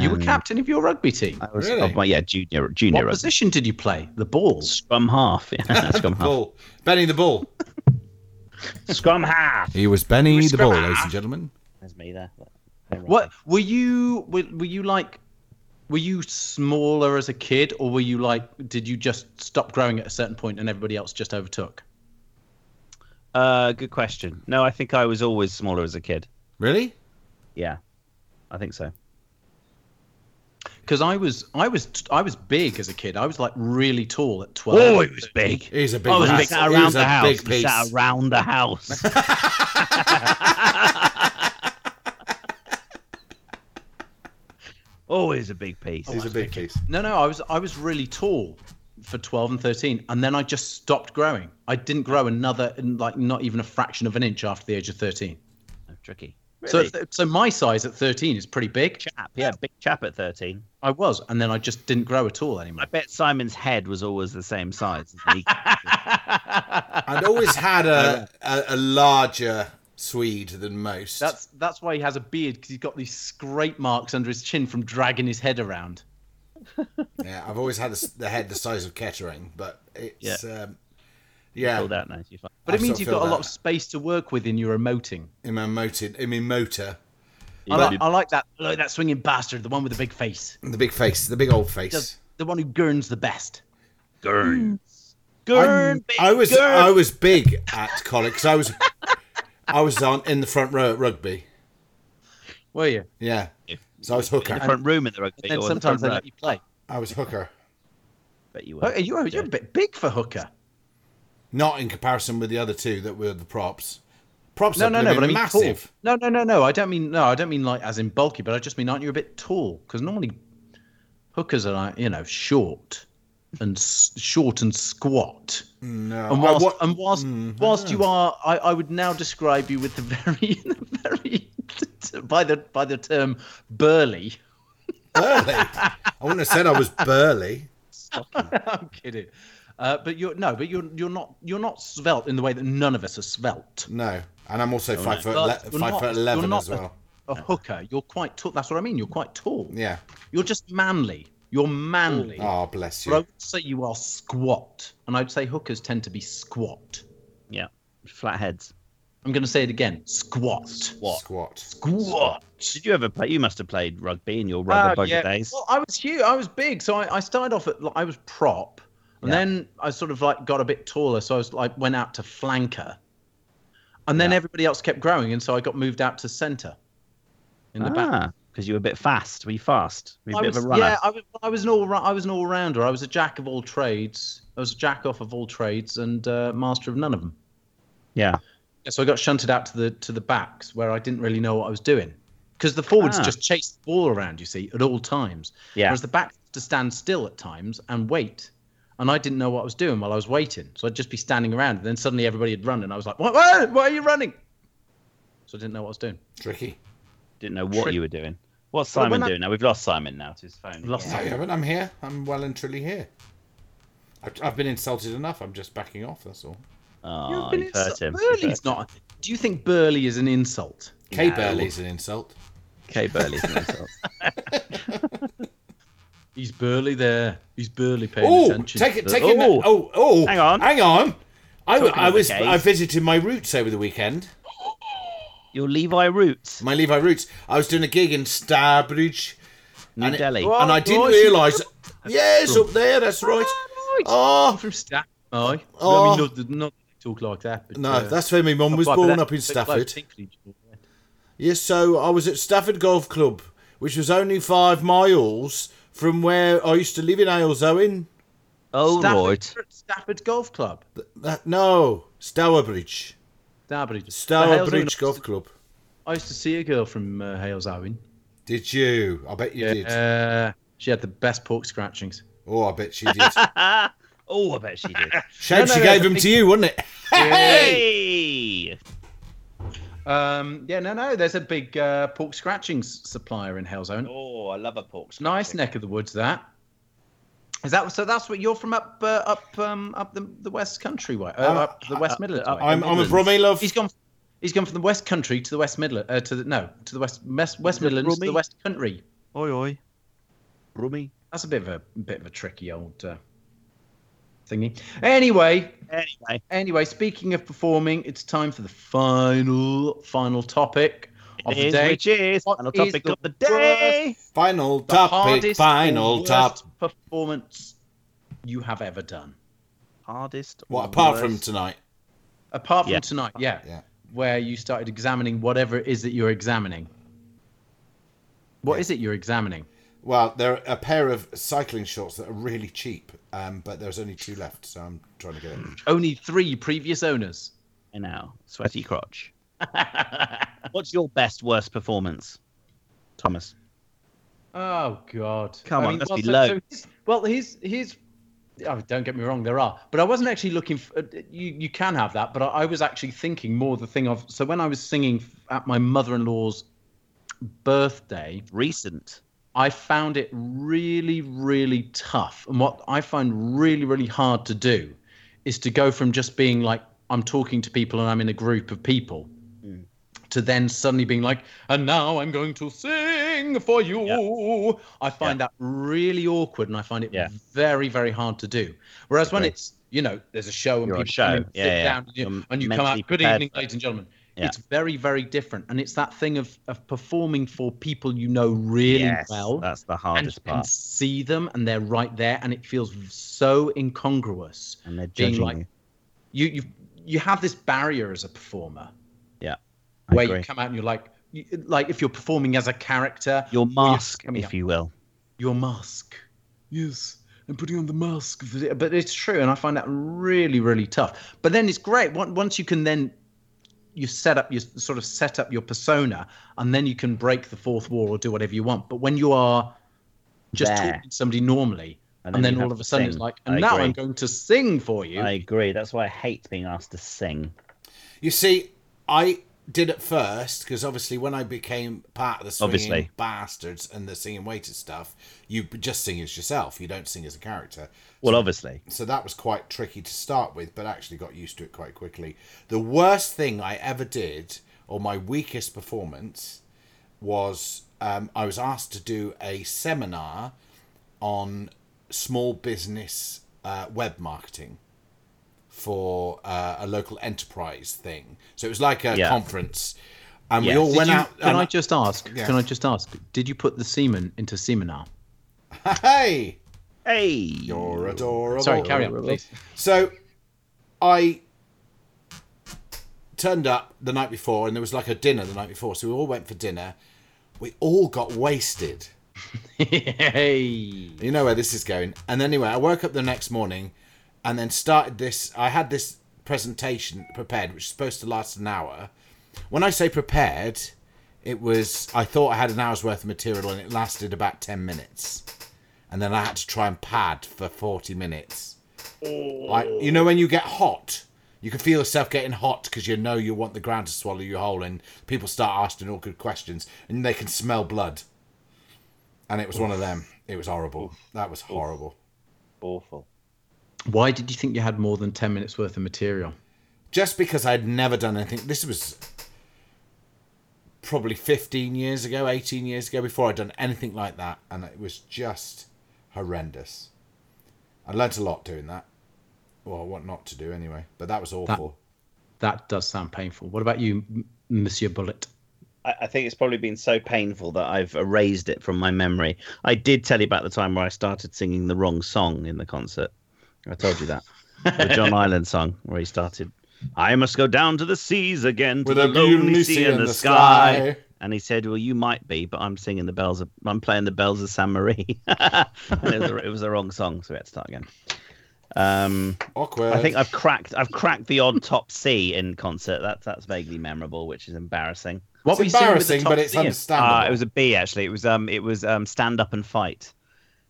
[SPEAKER 2] You were
[SPEAKER 3] And
[SPEAKER 2] captain of your rugby team.
[SPEAKER 3] I was
[SPEAKER 1] Really?
[SPEAKER 3] of my yeah junior
[SPEAKER 2] What
[SPEAKER 3] junior rugby.
[SPEAKER 2] position did you play? The ball.
[SPEAKER 3] Scrum half. <laughs>
[SPEAKER 2] <laughs>
[SPEAKER 3] Yeah, scrum half.
[SPEAKER 1] ball, Benny the ball.
[SPEAKER 3] Scrum half.
[SPEAKER 1] He was Benny
[SPEAKER 2] was
[SPEAKER 1] the
[SPEAKER 2] the
[SPEAKER 1] ball,
[SPEAKER 2] ball,
[SPEAKER 1] ladies and gentlemen.
[SPEAKER 3] That's me there.
[SPEAKER 2] What were you? Were, were you like? Were you smaller as a kid, or were you like? Did you just stop growing at a certain point and everybody else just overtook?
[SPEAKER 3] Uh, good question. No, I think I was always smaller as a kid.
[SPEAKER 1] Really?
[SPEAKER 3] Yeah, I think so.
[SPEAKER 2] Because I was, I was, I was big as a kid. I was like really tall at twelve.
[SPEAKER 3] Oh, it was big.
[SPEAKER 1] He's a big.
[SPEAKER 3] I was
[SPEAKER 1] piece.
[SPEAKER 3] Oh, big, sat
[SPEAKER 1] He
[SPEAKER 3] around
[SPEAKER 1] was
[SPEAKER 3] the
[SPEAKER 1] a
[SPEAKER 3] house.
[SPEAKER 1] big
[SPEAKER 3] We
[SPEAKER 1] piece.
[SPEAKER 3] Sat around
[SPEAKER 2] <laughs>
[SPEAKER 3] the house. Always a big piece.
[SPEAKER 1] He's a big piece.
[SPEAKER 2] No, no, I was, I was really tall for twelve and thirteen, and then I just stopped growing. I didn't grow another, like not even a fraction of an inch after the age of thirteen.
[SPEAKER 3] Tricky.
[SPEAKER 2] So,
[SPEAKER 3] So
[SPEAKER 2] th- so my size at thirteen is pretty big.
[SPEAKER 3] chap, yeah, big chap at thirteen.
[SPEAKER 2] I was, and then I just didn't grow at all anymore.
[SPEAKER 3] I bet Simon's head was always the same size.
[SPEAKER 2] <laughs>
[SPEAKER 3] As he,
[SPEAKER 1] I'd always had
[SPEAKER 3] <laughs>
[SPEAKER 1] a, a a larger Swede than most.
[SPEAKER 2] That's that's why he has a beard because he's got these scrape marks under his chin from dragging his head around.
[SPEAKER 1] yeah. I've always had the, s- the head the size of Kettering, but it's yeah. Um, yeah
[SPEAKER 3] all that nice. You're fine.
[SPEAKER 2] But
[SPEAKER 1] I
[SPEAKER 2] it
[SPEAKER 1] sort
[SPEAKER 2] means
[SPEAKER 1] of
[SPEAKER 2] you've
[SPEAKER 1] feel
[SPEAKER 2] got a
[SPEAKER 1] that.
[SPEAKER 2] lot of space to work with in your emoting.
[SPEAKER 1] in my motor, in my motor,
[SPEAKER 2] I like, I like that. I like that swinging bastard, the one with the big face,
[SPEAKER 1] the big face, the big old face.
[SPEAKER 2] the, the one who gurns the best. Mm.
[SPEAKER 1] I'm-
[SPEAKER 3] Gurn, big
[SPEAKER 1] I was
[SPEAKER 3] Gurn.
[SPEAKER 1] I was big at college because I was I was on in the front row at rugby.
[SPEAKER 2] Were you?
[SPEAKER 1] Yeah, so I was
[SPEAKER 3] in the
[SPEAKER 1] hooker.
[SPEAKER 3] front room in the rugby.
[SPEAKER 2] And then
[SPEAKER 3] or in the
[SPEAKER 2] sometimes they
[SPEAKER 3] front row.
[SPEAKER 2] let you play.
[SPEAKER 1] I was hooker,
[SPEAKER 3] Bet you
[SPEAKER 2] Oh,
[SPEAKER 3] were.
[SPEAKER 2] you, you're a bit big for hooker.
[SPEAKER 1] not in comparison with the other two that were the props. Props,
[SPEAKER 2] No,
[SPEAKER 1] are
[SPEAKER 2] no, no. But I mean
[SPEAKER 1] massive.
[SPEAKER 2] tall. No, no, no, no. I don't mean no. I don't mean like as in bulky, but I just mean aren't you a bit tall? Because normally hookers are like you know short and s- short and squat.
[SPEAKER 1] No,
[SPEAKER 2] And
[SPEAKER 1] I
[SPEAKER 2] whilst,
[SPEAKER 1] wa-
[SPEAKER 2] and whilst, whilst you are, I, I would now describe you with the very, <laughs> the very, by the by the term burly.
[SPEAKER 1] burly. I wouldn't have said I was burly.
[SPEAKER 2] <laughs> I'm kidding. Uh, but you're no, but you're you're not you're not svelte in the way that none of us are svelte.
[SPEAKER 1] No, and I'm also five foot
[SPEAKER 2] But
[SPEAKER 1] le-
[SPEAKER 2] you're
[SPEAKER 1] five
[SPEAKER 2] not-
[SPEAKER 1] foot
[SPEAKER 2] you're
[SPEAKER 1] eleven
[SPEAKER 2] not
[SPEAKER 1] as well.
[SPEAKER 2] A hooker, you're quite tall. That's what I mean. You're quite tall.
[SPEAKER 1] Yeah.
[SPEAKER 2] You're just manly. You're manly.
[SPEAKER 1] Oh, bless
[SPEAKER 2] But I
[SPEAKER 1] you.
[SPEAKER 2] would say you are squat, and I'd say hookers tend to be squat.
[SPEAKER 3] Yeah, flat heads.
[SPEAKER 2] I'm going to say it again: squat,
[SPEAKER 3] What?
[SPEAKER 1] Squat.
[SPEAKER 2] squat.
[SPEAKER 3] Did you ever play? You must have played rugby in your
[SPEAKER 2] Ah,
[SPEAKER 3] rugby bugger days.
[SPEAKER 2] Well, I was huge. I was big, so I, I started off at like, I was prop, and
[SPEAKER 3] Yeah.
[SPEAKER 2] then I sort of like got a bit taller, so I was like went out to flanker, and then
[SPEAKER 3] Yeah.
[SPEAKER 2] everybody else kept growing, and so I got moved out to centre. In the back,
[SPEAKER 3] because you were a bit fast. Were you fast? Were you Ah, a
[SPEAKER 2] I
[SPEAKER 3] bit
[SPEAKER 2] was,
[SPEAKER 3] of a runner?
[SPEAKER 2] yeah, I was, I was an all I was an all rounder. I was a jack of all trades. I was a jack off of all trades and uh, master of none of them.
[SPEAKER 3] yeah.
[SPEAKER 2] Yeah, so I got shunted out to the to the backs where I didn't really know what I was doing because the forwards
[SPEAKER 3] Ah.
[SPEAKER 2] just chase the ball around. You see, at all times.
[SPEAKER 3] Yeah.
[SPEAKER 2] Whereas the backs have to stand still at times and wait, and I didn't know what I was doing while I was waiting. So I'd just be standing around, and then suddenly everybody had run, and I was like, "What? What? Why are you running?" So I didn't know what I was doing.
[SPEAKER 1] Tricky.
[SPEAKER 3] Didn't know what
[SPEAKER 2] Trick-
[SPEAKER 3] you were doing. What's
[SPEAKER 2] Well,
[SPEAKER 3] Simon
[SPEAKER 2] when I-
[SPEAKER 3] doing now? We've lost Simon now to his phone.
[SPEAKER 2] Lost
[SPEAKER 1] No, you haven't. I'm here. I'm well and truly here. I've, I've been insulted enough. I'm just backing off. That's all.
[SPEAKER 3] Oh,
[SPEAKER 2] You've been
[SPEAKER 3] you've hurt
[SPEAKER 2] insult-
[SPEAKER 3] him. You've
[SPEAKER 2] Burley's
[SPEAKER 3] <laughs> hurt
[SPEAKER 2] not. Do you think Burley is an insult?
[SPEAKER 1] K
[SPEAKER 3] No.
[SPEAKER 1] Burley's an insult.
[SPEAKER 3] him. Kate Burley's an insult.
[SPEAKER 2] He's Burley there. He's Burley paying
[SPEAKER 1] Oh,
[SPEAKER 2] attention.
[SPEAKER 1] take it, take
[SPEAKER 3] Oh.
[SPEAKER 1] it. Oh, oh,
[SPEAKER 3] Hang on.
[SPEAKER 1] hang on. I, w-
[SPEAKER 3] Talking
[SPEAKER 1] I
[SPEAKER 3] of the
[SPEAKER 1] was
[SPEAKER 3] case.
[SPEAKER 1] I visited my roots over the weekend.
[SPEAKER 3] Your Levi Roots.
[SPEAKER 1] My Levi Roots. I was doing a gig in Starbridge,
[SPEAKER 3] New
[SPEAKER 1] and it-
[SPEAKER 3] Delhi.
[SPEAKER 2] Whoa.
[SPEAKER 1] and I didn't
[SPEAKER 2] Right.
[SPEAKER 1] realise. Yes, up there. That's right.
[SPEAKER 2] I'm
[SPEAKER 1] Oh
[SPEAKER 2] from Stafford. I,
[SPEAKER 1] Oh.
[SPEAKER 2] I mean, not, not talk like that. But,
[SPEAKER 1] no,
[SPEAKER 2] uh,
[SPEAKER 1] that's where my mum
[SPEAKER 2] quite,
[SPEAKER 1] was
[SPEAKER 2] but
[SPEAKER 1] born
[SPEAKER 2] that-
[SPEAKER 1] up in
[SPEAKER 2] that's quite
[SPEAKER 1] Stafford.
[SPEAKER 2] tinkly, George.
[SPEAKER 1] Yes, so I was at Stafford Golf Club, which was only five miles from where I used to live in Ayleshowen.
[SPEAKER 3] Oh,
[SPEAKER 2] Stafford,
[SPEAKER 3] Lord.
[SPEAKER 2] Stafford Golf Club.
[SPEAKER 1] That, no, Stourbridge.
[SPEAKER 2] Starbridge.
[SPEAKER 1] Stourbridge Golf Club.
[SPEAKER 2] I used to see a girl from uh, Hales Owen.
[SPEAKER 1] Did you? I bet you did.
[SPEAKER 2] Uh, she had the best pork scratchings.
[SPEAKER 1] oh, I bet she
[SPEAKER 2] <laughs>
[SPEAKER 1] did.
[SPEAKER 3] Oh, I bet she <laughs> did.
[SPEAKER 1] Shame
[SPEAKER 2] No, no,
[SPEAKER 1] she
[SPEAKER 2] no,
[SPEAKER 1] gave
[SPEAKER 2] I
[SPEAKER 1] them
[SPEAKER 2] think-
[SPEAKER 1] to you, wasn't it? <laughs>
[SPEAKER 3] hey!
[SPEAKER 2] Um, yeah, no, no. There's a big uh, pork scratchings supplier in Hales Owen.
[SPEAKER 3] Oh, I love a pork. scratching.
[SPEAKER 2] Nice neck of the woods. That is that. So that's what you're from up, uh, up, um, up the, the West Country way, uh,
[SPEAKER 1] I'm- uh,
[SPEAKER 2] up the West Midlands. way.
[SPEAKER 1] I'm, I'm a
[SPEAKER 2] Midlands.
[SPEAKER 1] Brummie love.
[SPEAKER 2] He's gone. He's gone from the West Country to the West Midland. Uh, to the no, to the West West, West Midlands to
[SPEAKER 3] Brummie?
[SPEAKER 2] the West Country.
[SPEAKER 3] Oi, oi. Rummy.
[SPEAKER 2] That's a bit of a bit of a tricky old uh, thingy. Anyway,
[SPEAKER 3] Anyway.
[SPEAKER 2] anyway, speaking of performing, it's time for the final final topic of the
[SPEAKER 3] Here's
[SPEAKER 2] day.
[SPEAKER 3] which is
[SPEAKER 2] What
[SPEAKER 3] final
[SPEAKER 2] is
[SPEAKER 3] topic
[SPEAKER 2] the
[SPEAKER 3] of the day.
[SPEAKER 1] Final
[SPEAKER 2] The
[SPEAKER 1] topic.
[SPEAKER 2] hardest or
[SPEAKER 1] Final
[SPEAKER 2] worst
[SPEAKER 1] top.
[SPEAKER 2] performance you have ever done,
[SPEAKER 3] Hardest.
[SPEAKER 1] What apart from
[SPEAKER 3] worst-
[SPEAKER 1] tonight?
[SPEAKER 2] apart from
[SPEAKER 3] Yeah.
[SPEAKER 2] tonight. Yeah,
[SPEAKER 1] Yeah.
[SPEAKER 2] where you started examining whatever it is that you're examining. What
[SPEAKER 1] Yeah.
[SPEAKER 2] is it you're examining?
[SPEAKER 1] Well, there are a pair of cycling shorts that are really cheap, um, but there's only two left, so I'm trying to get it.
[SPEAKER 2] Only three previous owners. <laughs>
[SPEAKER 3] I know. Sweaty crotch. <laughs> What's your best worst performance, Thomas?
[SPEAKER 2] Oh God!
[SPEAKER 3] Come on, let's
[SPEAKER 2] well,
[SPEAKER 3] be low.
[SPEAKER 2] he's- well, he's he's. Oh, don't get me wrong, there are, but I wasn't actually looking for. You you can have that, but I, I was actually thinking more the thing of. So when I was singing at my mother-in-law's birthday,
[SPEAKER 3] Recent.
[SPEAKER 2] I found it really really tough, and what I find really really hard to do is to go from just being like I'm talking to people and I'm in a group of people.
[SPEAKER 3] Mm.
[SPEAKER 2] To then suddenly being like, and now I'm going to sing for you. I find that really awkward, and I find it
[SPEAKER 3] Yeah.
[SPEAKER 2] very, very hard to do. Whereas when
[SPEAKER 1] Agree.
[SPEAKER 2] it's, you know, there's a show and
[SPEAKER 3] You're on
[SPEAKER 2] people come
[SPEAKER 3] show.
[SPEAKER 2] in, sit
[SPEAKER 3] Yeah, yeah.
[SPEAKER 2] down, and you,
[SPEAKER 3] You're
[SPEAKER 2] and you come
[SPEAKER 3] mentally
[SPEAKER 2] out. Good
[SPEAKER 3] prepared
[SPEAKER 2] evening,
[SPEAKER 3] for it."
[SPEAKER 2] ladies and gentlemen.
[SPEAKER 3] Yeah.
[SPEAKER 2] It's very, very different, and it's that thing of of performing for people you know really
[SPEAKER 3] yes,
[SPEAKER 2] well
[SPEAKER 3] that's the
[SPEAKER 2] and
[SPEAKER 3] hardest
[SPEAKER 2] you can
[SPEAKER 3] part.
[SPEAKER 2] see them and they're right there and it feels so incongruous
[SPEAKER 3] And they're
[SPEAKER 2] being
[SPEAKER 3] judging
[SPEAKER 2] like-
[SPEAKER 3] you.
[SPEAKER 2] you you you have this barrier as a performer
[SPEAKER 3] I
[SPEAKER 2] where
[SPEAKER 3] agree.
[SPEAKER 2] you come out and you're like you, like if you're performing as a character
[SPEAKER 3] Your mask,
[SPEAKER 2] coming
[SPEAKER 3] if
[SPEAKER 2] up.
[SPEAKER 3] you will.
[SPEAKER 2] your mask yes and putting on the mask of the- but it's true and i find that really really tough but then it's great on- once you can then you set up you sort of set up your persona and then you can break the fourth wall or do whatever you want but when you are just
[SPEAKER 3] There.
[SPEAKER 2] talking to somebody normally and then,
[SPEAKER 3] you have
[SPEAKER 2] all of
[SPEAKER 3] to
[SPEAKER 2] a sudden it's
[SPEAKER 3] sing.
[SPEAKER 2] like,
[SPEAKER 3] I
[SPEAKER 2] and now
[SPEAKER 3] agree.
[SPEAKER 2] I'm going to sing for you.
[SPEAKER 3] I agree. That's why I hate being asked to sing.
[SPEAKER 1] You see, I did at first because obviously when I became part of the swinging
[SPEAKER 3] Obviously.
[SPEAKER 1] bastards and the singing waiters stuff, you just sing as yourself. You don't sing as a character.
[SPEAKER 3] Well, obviously.
[SPEAKER 1] so that was quite tricky to start with, but actually got used to it quite quickly. The worst thing I ever did, or my weakest performance, was um, I was asked to do a seminar on small business uh, web marketing for uh, a local enterprise thing. So it was like a
[SPEAKER 3] Yeah.
[SPEAKER 1] conference, and
[SPEAKER 3] Yes.
[SPEAKER 1] we all
[SPEAKER 2] Did
[SPEAKER 1] went
[SPEAKER 2] you- um,
[SPEAKER 1] out.
[SPEAKER 2] can
[SPEAKER 1] and
[SPEAKER 2] I just ask?
[SPEAKER 1] Yeah.
[SPEAKER 2] Can I just ask? Did you put the semen into seminar?
[SPEAKER 1] <laughs> Hey,
[SPEAKER 3] Hey!
[SPEAKER 1] you're adorable.
[SPEAKER 2] Sorry, carry on, please.
[SPEAKER 1] So I turned up the night before, and there was like a dinner the night before. So we all went for dinner. We all got wasted.
[SPEAKER 2] hey.
[SPEAKER 1] You know where this is going. And anyway, I woke up the next morning and then started this. I had this presentation prepared, which was supposed to last an hour. When I say prepared, it was, I thought I had an hour's worth of material and it lasted about 10 minutes. And then I had to try and pad for 40 minutes. Like, you know, when you get hot, you can feel yourself getting hot because you know you want the ground to swallow you whole, and people start asking awkward questions and they can smell blood. And it was one of them. It was horrible. That was horrible.
[SPEAKER 3] Awful.
[SPEAKER 2] Why did you think you had more than 10 minutes worth of material?
[SPEAKER 1] Just because I'd never done anything, this was probably 15 years ago, 18 years ago, before I'd done anything like that. And it was just horrendous. I learnt a lot doing that. Well, what not to do anyway. But that was awful.
[SPEAKER 2] That does sound painful. What about you, M- Monsieur Bullet.
[SPEAKER 3] I, I think it's probably been so painful that I've erased it from my memory. I did tell you about the time where I started singing the wrong song in the concert. I told you that. the <laughs> John Island song where he started, I must go down to the seas again, to
[SPEAKER 1] With a
[SPEAKER 3] the lonely
[SPEAKER 1] lonely
[SPEAKER 3] sea and the sky. And he said, "Well, you might be, but I'm singing the bells. Of, I'm playing the bells of San Marie." <laughs> and it, was, it was the wrong song, so we had to start again. Um,
[SPEAKER 1] Awkward.
[SPEAKER 3] I think I've cracked. I've cracked the odd top C in concert. That's that's vaguely memorable, which is embarrassing.
[SPEAKER 2] What
[SPEAKER 1] it's embarrassing, but it's understandable.
[SPEAKER 3] Uh, it was a B actually. It was um it was um stand up and fight,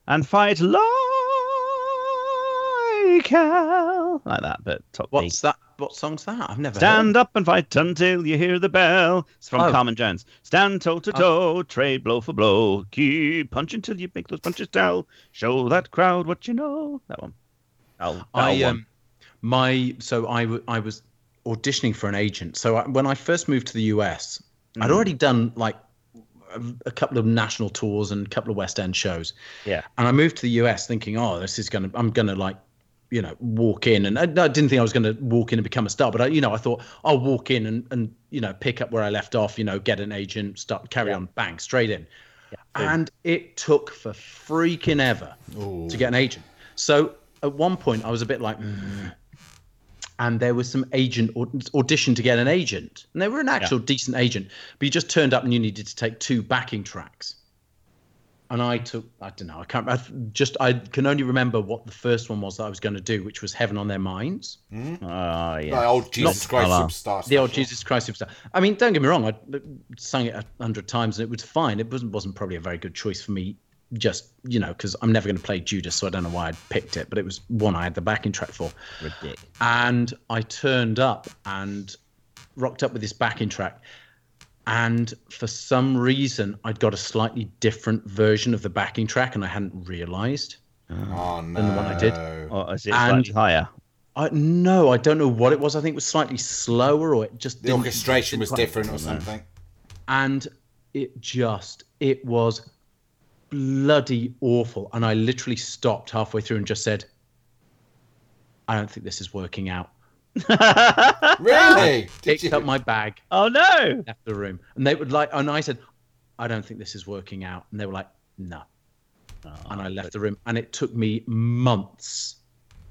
[SPEAKER 3] and fight like hell, like that. But top B.
[SPEAKER 2] What's that? What song's that? I've never heard.
[SPEAKER 3] Stand up and fight until you hear the bell. It's from
[SPEAKER 2] Oh.
[SPEAKER 3] Carmen Jones. Stand toe to toe, trade blow for blow. Keep punching till you make those punches tell. Show that crowd what you know. That one. Oh, that
[SPEAKER 2] I
[SPEAKER 3] one.
[SPEAKER 2] um, my so I w- I was auditioning for an agent. So I, when I first moved to the US,
[SPEAKER 3] Mm.
[SPEAKER 2] I'd already done like a, a couple of national tours and a couple of West End shows.
[SPEAKER 3] Yeah.
[SPEAKER 2] And I moved to the US thinking, oh, this is gonna I'm gonna like you know walk in and I, I didn't think I was gonna walk in and become a star, but I you know I thought I'll walk in and and you know pick up where I left off, you know, get an agent, start carry on, bang, straight in. And it took for freaking ever to get an agent. So at one point, I was a bit like, "Mm." and there was some agent aud- audition to get an agent, and they were an actual decent agent, but you just turned up and you needed to take two backing tracks. And I took, I don't know, I can't, I th- just, I can only remember what the first one was that I was going to do, which was Heaven on Their Minds,
[SPEAKER 3] Oh, yeah.
[SPEAKER 1] Like old Jesus Christ
[SPEAKER 3] Hello.
[SPEAKER 1] superstar.
[SPEAKER 2] the old
[SPEAKER 1] special.
[SPEAKER 2] Jesus Christ Superstar. I mean, don't get me wrong, I uh, sang it a hundred times and it was fine. It wasn't, wasn't probably a very good choice for me, just, you know, because I'm never going to play Judas, so I don't know why I picked it, but it was one I had the backing track for.
[SPEAKER 3] Ridiculous.
[SPEAKER 2] and I turned up and rocked up with this backing track. And for some reason, I'd got a slightly different version of the backing track, and I hadn't realised.
[SPEAKER 1] Oh no.
[SPEAKER 2] the one I did.
[SPEAKER 3] Or is it
[SPEAKER 2] And-
[SPEAKER 3] slightly higher? <laughs>
[SPEAKER 2] I no, I don't know what it was. I think it was slightly slower, or it just
[SPEAKER 1] The
[SPEAKER 2] didn't-
[SPEAKER 1] orchestration
[SPEAKER 2] didn't
[SPEAKER 1] was
[SPEAKER 2] quite-
[SPEAKER 1] different or something.
[SPEAKER 2] and it just it was bloody awful. And I literally stopped halfway through and just said, "I don't think this is working out."
[SPEAKER 1] Really? Did
[SPEAKER 2] Picked
[SPEAKER 1] you?
[SPEAKER 2] up my bag,
[SPEAKER 3] Oh, no.
[SPEAKER 2] left the room and they would like and i said i don't think this is working out and they were like no and i left the room and it took me months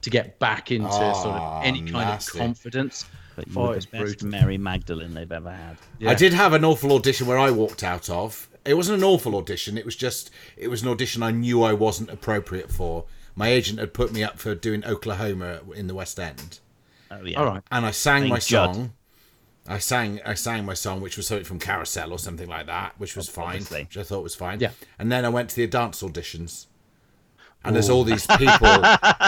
[SPEAKER 2] to get back into sort
[SPEAKER 1] Ah,
[SPEAKER 2] of any kind
[SPEAKER 1] nasty.
[SPEAKER 2] of confidence
[SPEAKER 3] But you
[SPEAKER 2] Oh,
[SPEAKER 3] were the
[SPEAKER 2] it's
[SPEAKER 3] best
[SPEAKER 2] brutal.
[SPEAKER 3] Mary Magdalene they've ever had.
[SPEAKER 2] Yeah.
[SPEAKER 1] I did have an awful audition where I walked out of. It wasn't an awful audition. It was just it was an audition I knew I wasn't appropriate for. My agent had put me up for doing Oklahoma in the West End,
[SPEAKER 3] Oh, yeah.
[SPEAKER 2] all right
[SPEAKER 1] and I sang
[SPEAKER 3] Thank
[SPEAKER 1] my
[SPEAKER 3] God.
[SPEAKER 1] song. I sang I sang my song, which was something from Carousel or something like that, which was fine,
[SPEAKER 3] Obviously.
[SPEAKER 1] which I thought was fine.
[SPEAKER 2] Yeah.
[SPEAKER 1] And then I went to the dance auditions, and there's all these people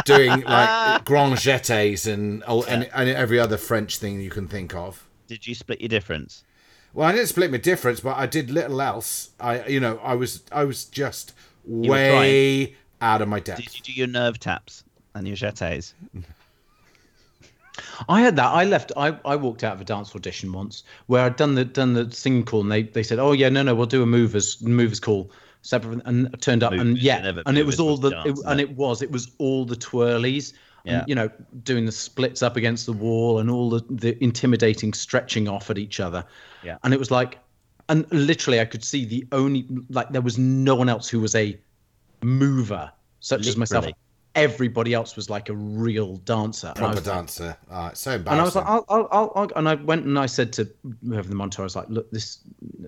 [SPEAKER 1] doing
[SPEAKER 3] <laughs>
[SPEAKER 1] like grand jetés and, all and and every other French thing you can think of.
[SPEAKER 3] Did you split your difference?
[SPEAKER 1] Well, I didn't split my difference, but I did little else. I, you know, I was, I was just way out of my depth.
[SPEAKER 3] Did you do your nerve taps and your jetés?
[SPEAKER 2] i had that i left i, I walked out of a dance audition once where i'd done the done the singing call and they, they said oh yeah no no we'll do a movers movers call separate and I turned up and
[SPEAKER 3] Movers,
[SPEAKER 2] yeah
[SPEAKER 3] never
[SPEAKER 2] and it was
[SPEAKER 3] movers
[SPEAKER 2] all
[SPEAKER 3] was
[SPEAKER 2] the
[SPEAKER 3] dance,
[SPEAKER 2] it, and it was it was all the twirlies
[SPEAKER 3] Yeah.
[SPEAKER 2] and, you know doing the splits up against the wall and all the, the intimidating stretching off at each other
[SPEAKER 3] Yeah.
[SPEAKER 2] and it was like and literally i could see the only like there was no one else who was a mover such as myself
[SPEAKER 3] Literally.
[SPEAKER 2] everybody else was like a real dancer and I
[SPEAKER 1] Proper
[SPEAKER 2] was like-
[SPEAKER 1] dancer. Ah, it's so
[SPEAKER 2] and I
[SPEAKER 1] embarrassing.
[SPEAKER 2] was like, I'll, I'll, I'll, I'll, and I went and I said to whoever the monitor, I was like, look, this,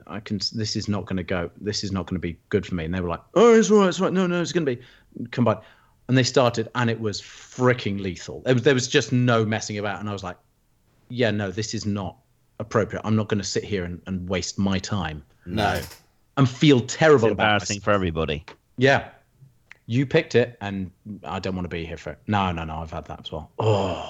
[SPEAKER 2] I can, this is not going to go. This is not going to be good for me. And they were like, oh, it's all right, it's all right. No, no, it's going to be combined. And they started, and it was freaking lethal. There was, there was just no messing about. And I was like, yeah, no, this is not appropriate. I'm not going to sit here and, and waste my time
[SPEAKER 1] no,
[SPEAKER 2] and feel terrible
[SPEAKER 3] It's
[SPEAKER 2] about
[SPEAKER 3] embarrassing
[SPEAKER 2] myself.
[SPEAKER 3] for everybody.
[SPEAKER 2] Yeah. You picked it, and I don't want to be here for it. No, no, no. I've had that as well. Oh.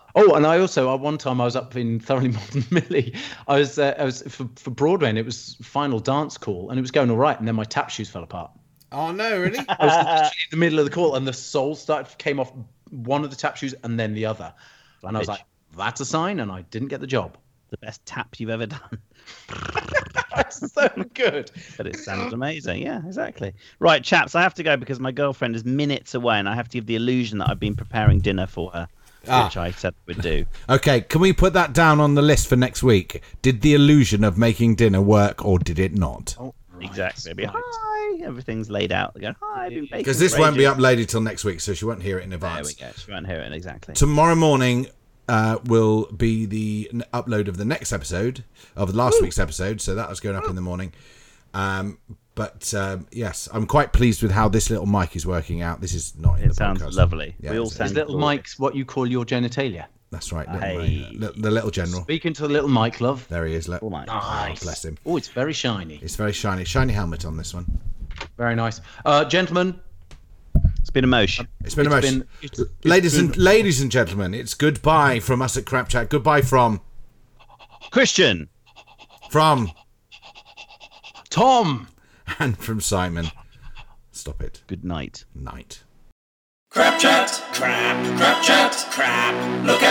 [SPEAKER 3] <laughs> Oh,
[SPEAKER 2] Oh, and I also at one time I was up in Thoroughly Modern <laughs> Millie. I was uh, I was for, for Broadway, and it was final dance call, and it was going all right, and then my tap shoes fell apart.
[SPEAKER 1] oh no, really?
[SPEAKER 2] I
[SPEAKER 1] <laughs>
[SPEAKER 2] was literally in the middle of the call, and the sole started came off one of the tap shoes and then the other, and I was
[SPEAKER 3] Bitch.
[SPEAKER 2] like, "That's a sign," and I didn't get the job. <laughs>
[SPEAKER 3] the best tap you've ever done.
[SPEAKER 2] That's so
[SPEAKER 1] <laughs>
[SPEAKER 2] good.
[SPEAKER 3] But it sounds amazing. Yeah, exactly. Right, chaps, I have to go because my girlfriend is minutes away and I have to give the illusion that I've been preparing dinner for her.
[SPEAKER 1] Ah.
[SPEAKER 3] which I said I would do.
[SPEAKER 1] Okay, can we put that down on the list for next week? Did the illusion of making dinner work or did it not?
[SPEAKER 3] exactly. Be, Hi, everything's laid out. They Go, Hi, I've been baking
[SPEAKER 1] Because this
[SPEAKER 3] for
[SPEAKER 1] won't be
[SPEAKER 3] ages."
[SPEAKER 1] uploaded till next week, so she won't hear it in
[SPEAKER 3] There we
[SPEAKER 1] advance.
[SPEAKER 3] go. She won't hear it exactly.
[SPEAKER 1] Tomorrow morning uh, will be the n- upload of the next episode of last week's episode, so that was going up in the morning. Um, but um, yes, I'm quite pleased with how this little mic is working out. This is not in
[SPEAKER 3] It
[SPEAKER 1] the
[SPEAKER 3] sounds
[SPEAKER 1] podcast.
[SPEAKER 3] lovely.
[SPEAKER 1] Yeah,
[SPEAKER 3] we all
[SPEAKER 1] it's-
[SPEAKER 3] sound
[SPEAKER 2] Is little
[SPEAKER 3] glorious.
[SPEAKER 2] Mike's what you call your genitalia?
[SPEAKER 1] That's right, little
[SPEAKER 3] Aye.
[SPEAKER 1] Mike. Li- the little general.
[SPEAKER 2] Speaking to the little Mike, love.
[SPEAKER 1] There he is. Look.
[SPEAKER 3] Little Mike.
[SPEAKER 1] Ah, bless him.
[SPEAKER 2] Oh, it's very shiny.
[SPEAKER 1] It's very shiny. Shiny helmet on this one.
[SPEAKER 2] Very nice. Uh, gentlemen,
[SPEAKER 3] It's been a motion.
[SPEAKER 1] It's been a
[SPEAKER 2] It's
[SPEAKER 1] motion.
[SPEAKER 2] been- it's- it's
[SPEAKER 1] ladies
[SPEAKER 2] been-
[SPEAKER 1] and ladies and gentlemen, it's goodbye from us at Crap Chat. Goodbye from
[SPEAKER 3] Christian.
[SPEAKER 1] from <laughs>
[SPEAKER 2] Tom.
[SPEAKER 1] and from Simon. Stop it.
[SPEAKER 3] Good night.
[SPEAKER 1] Night.
[SPEAKER 5] Crap chat, crap, crap chat, crap. Look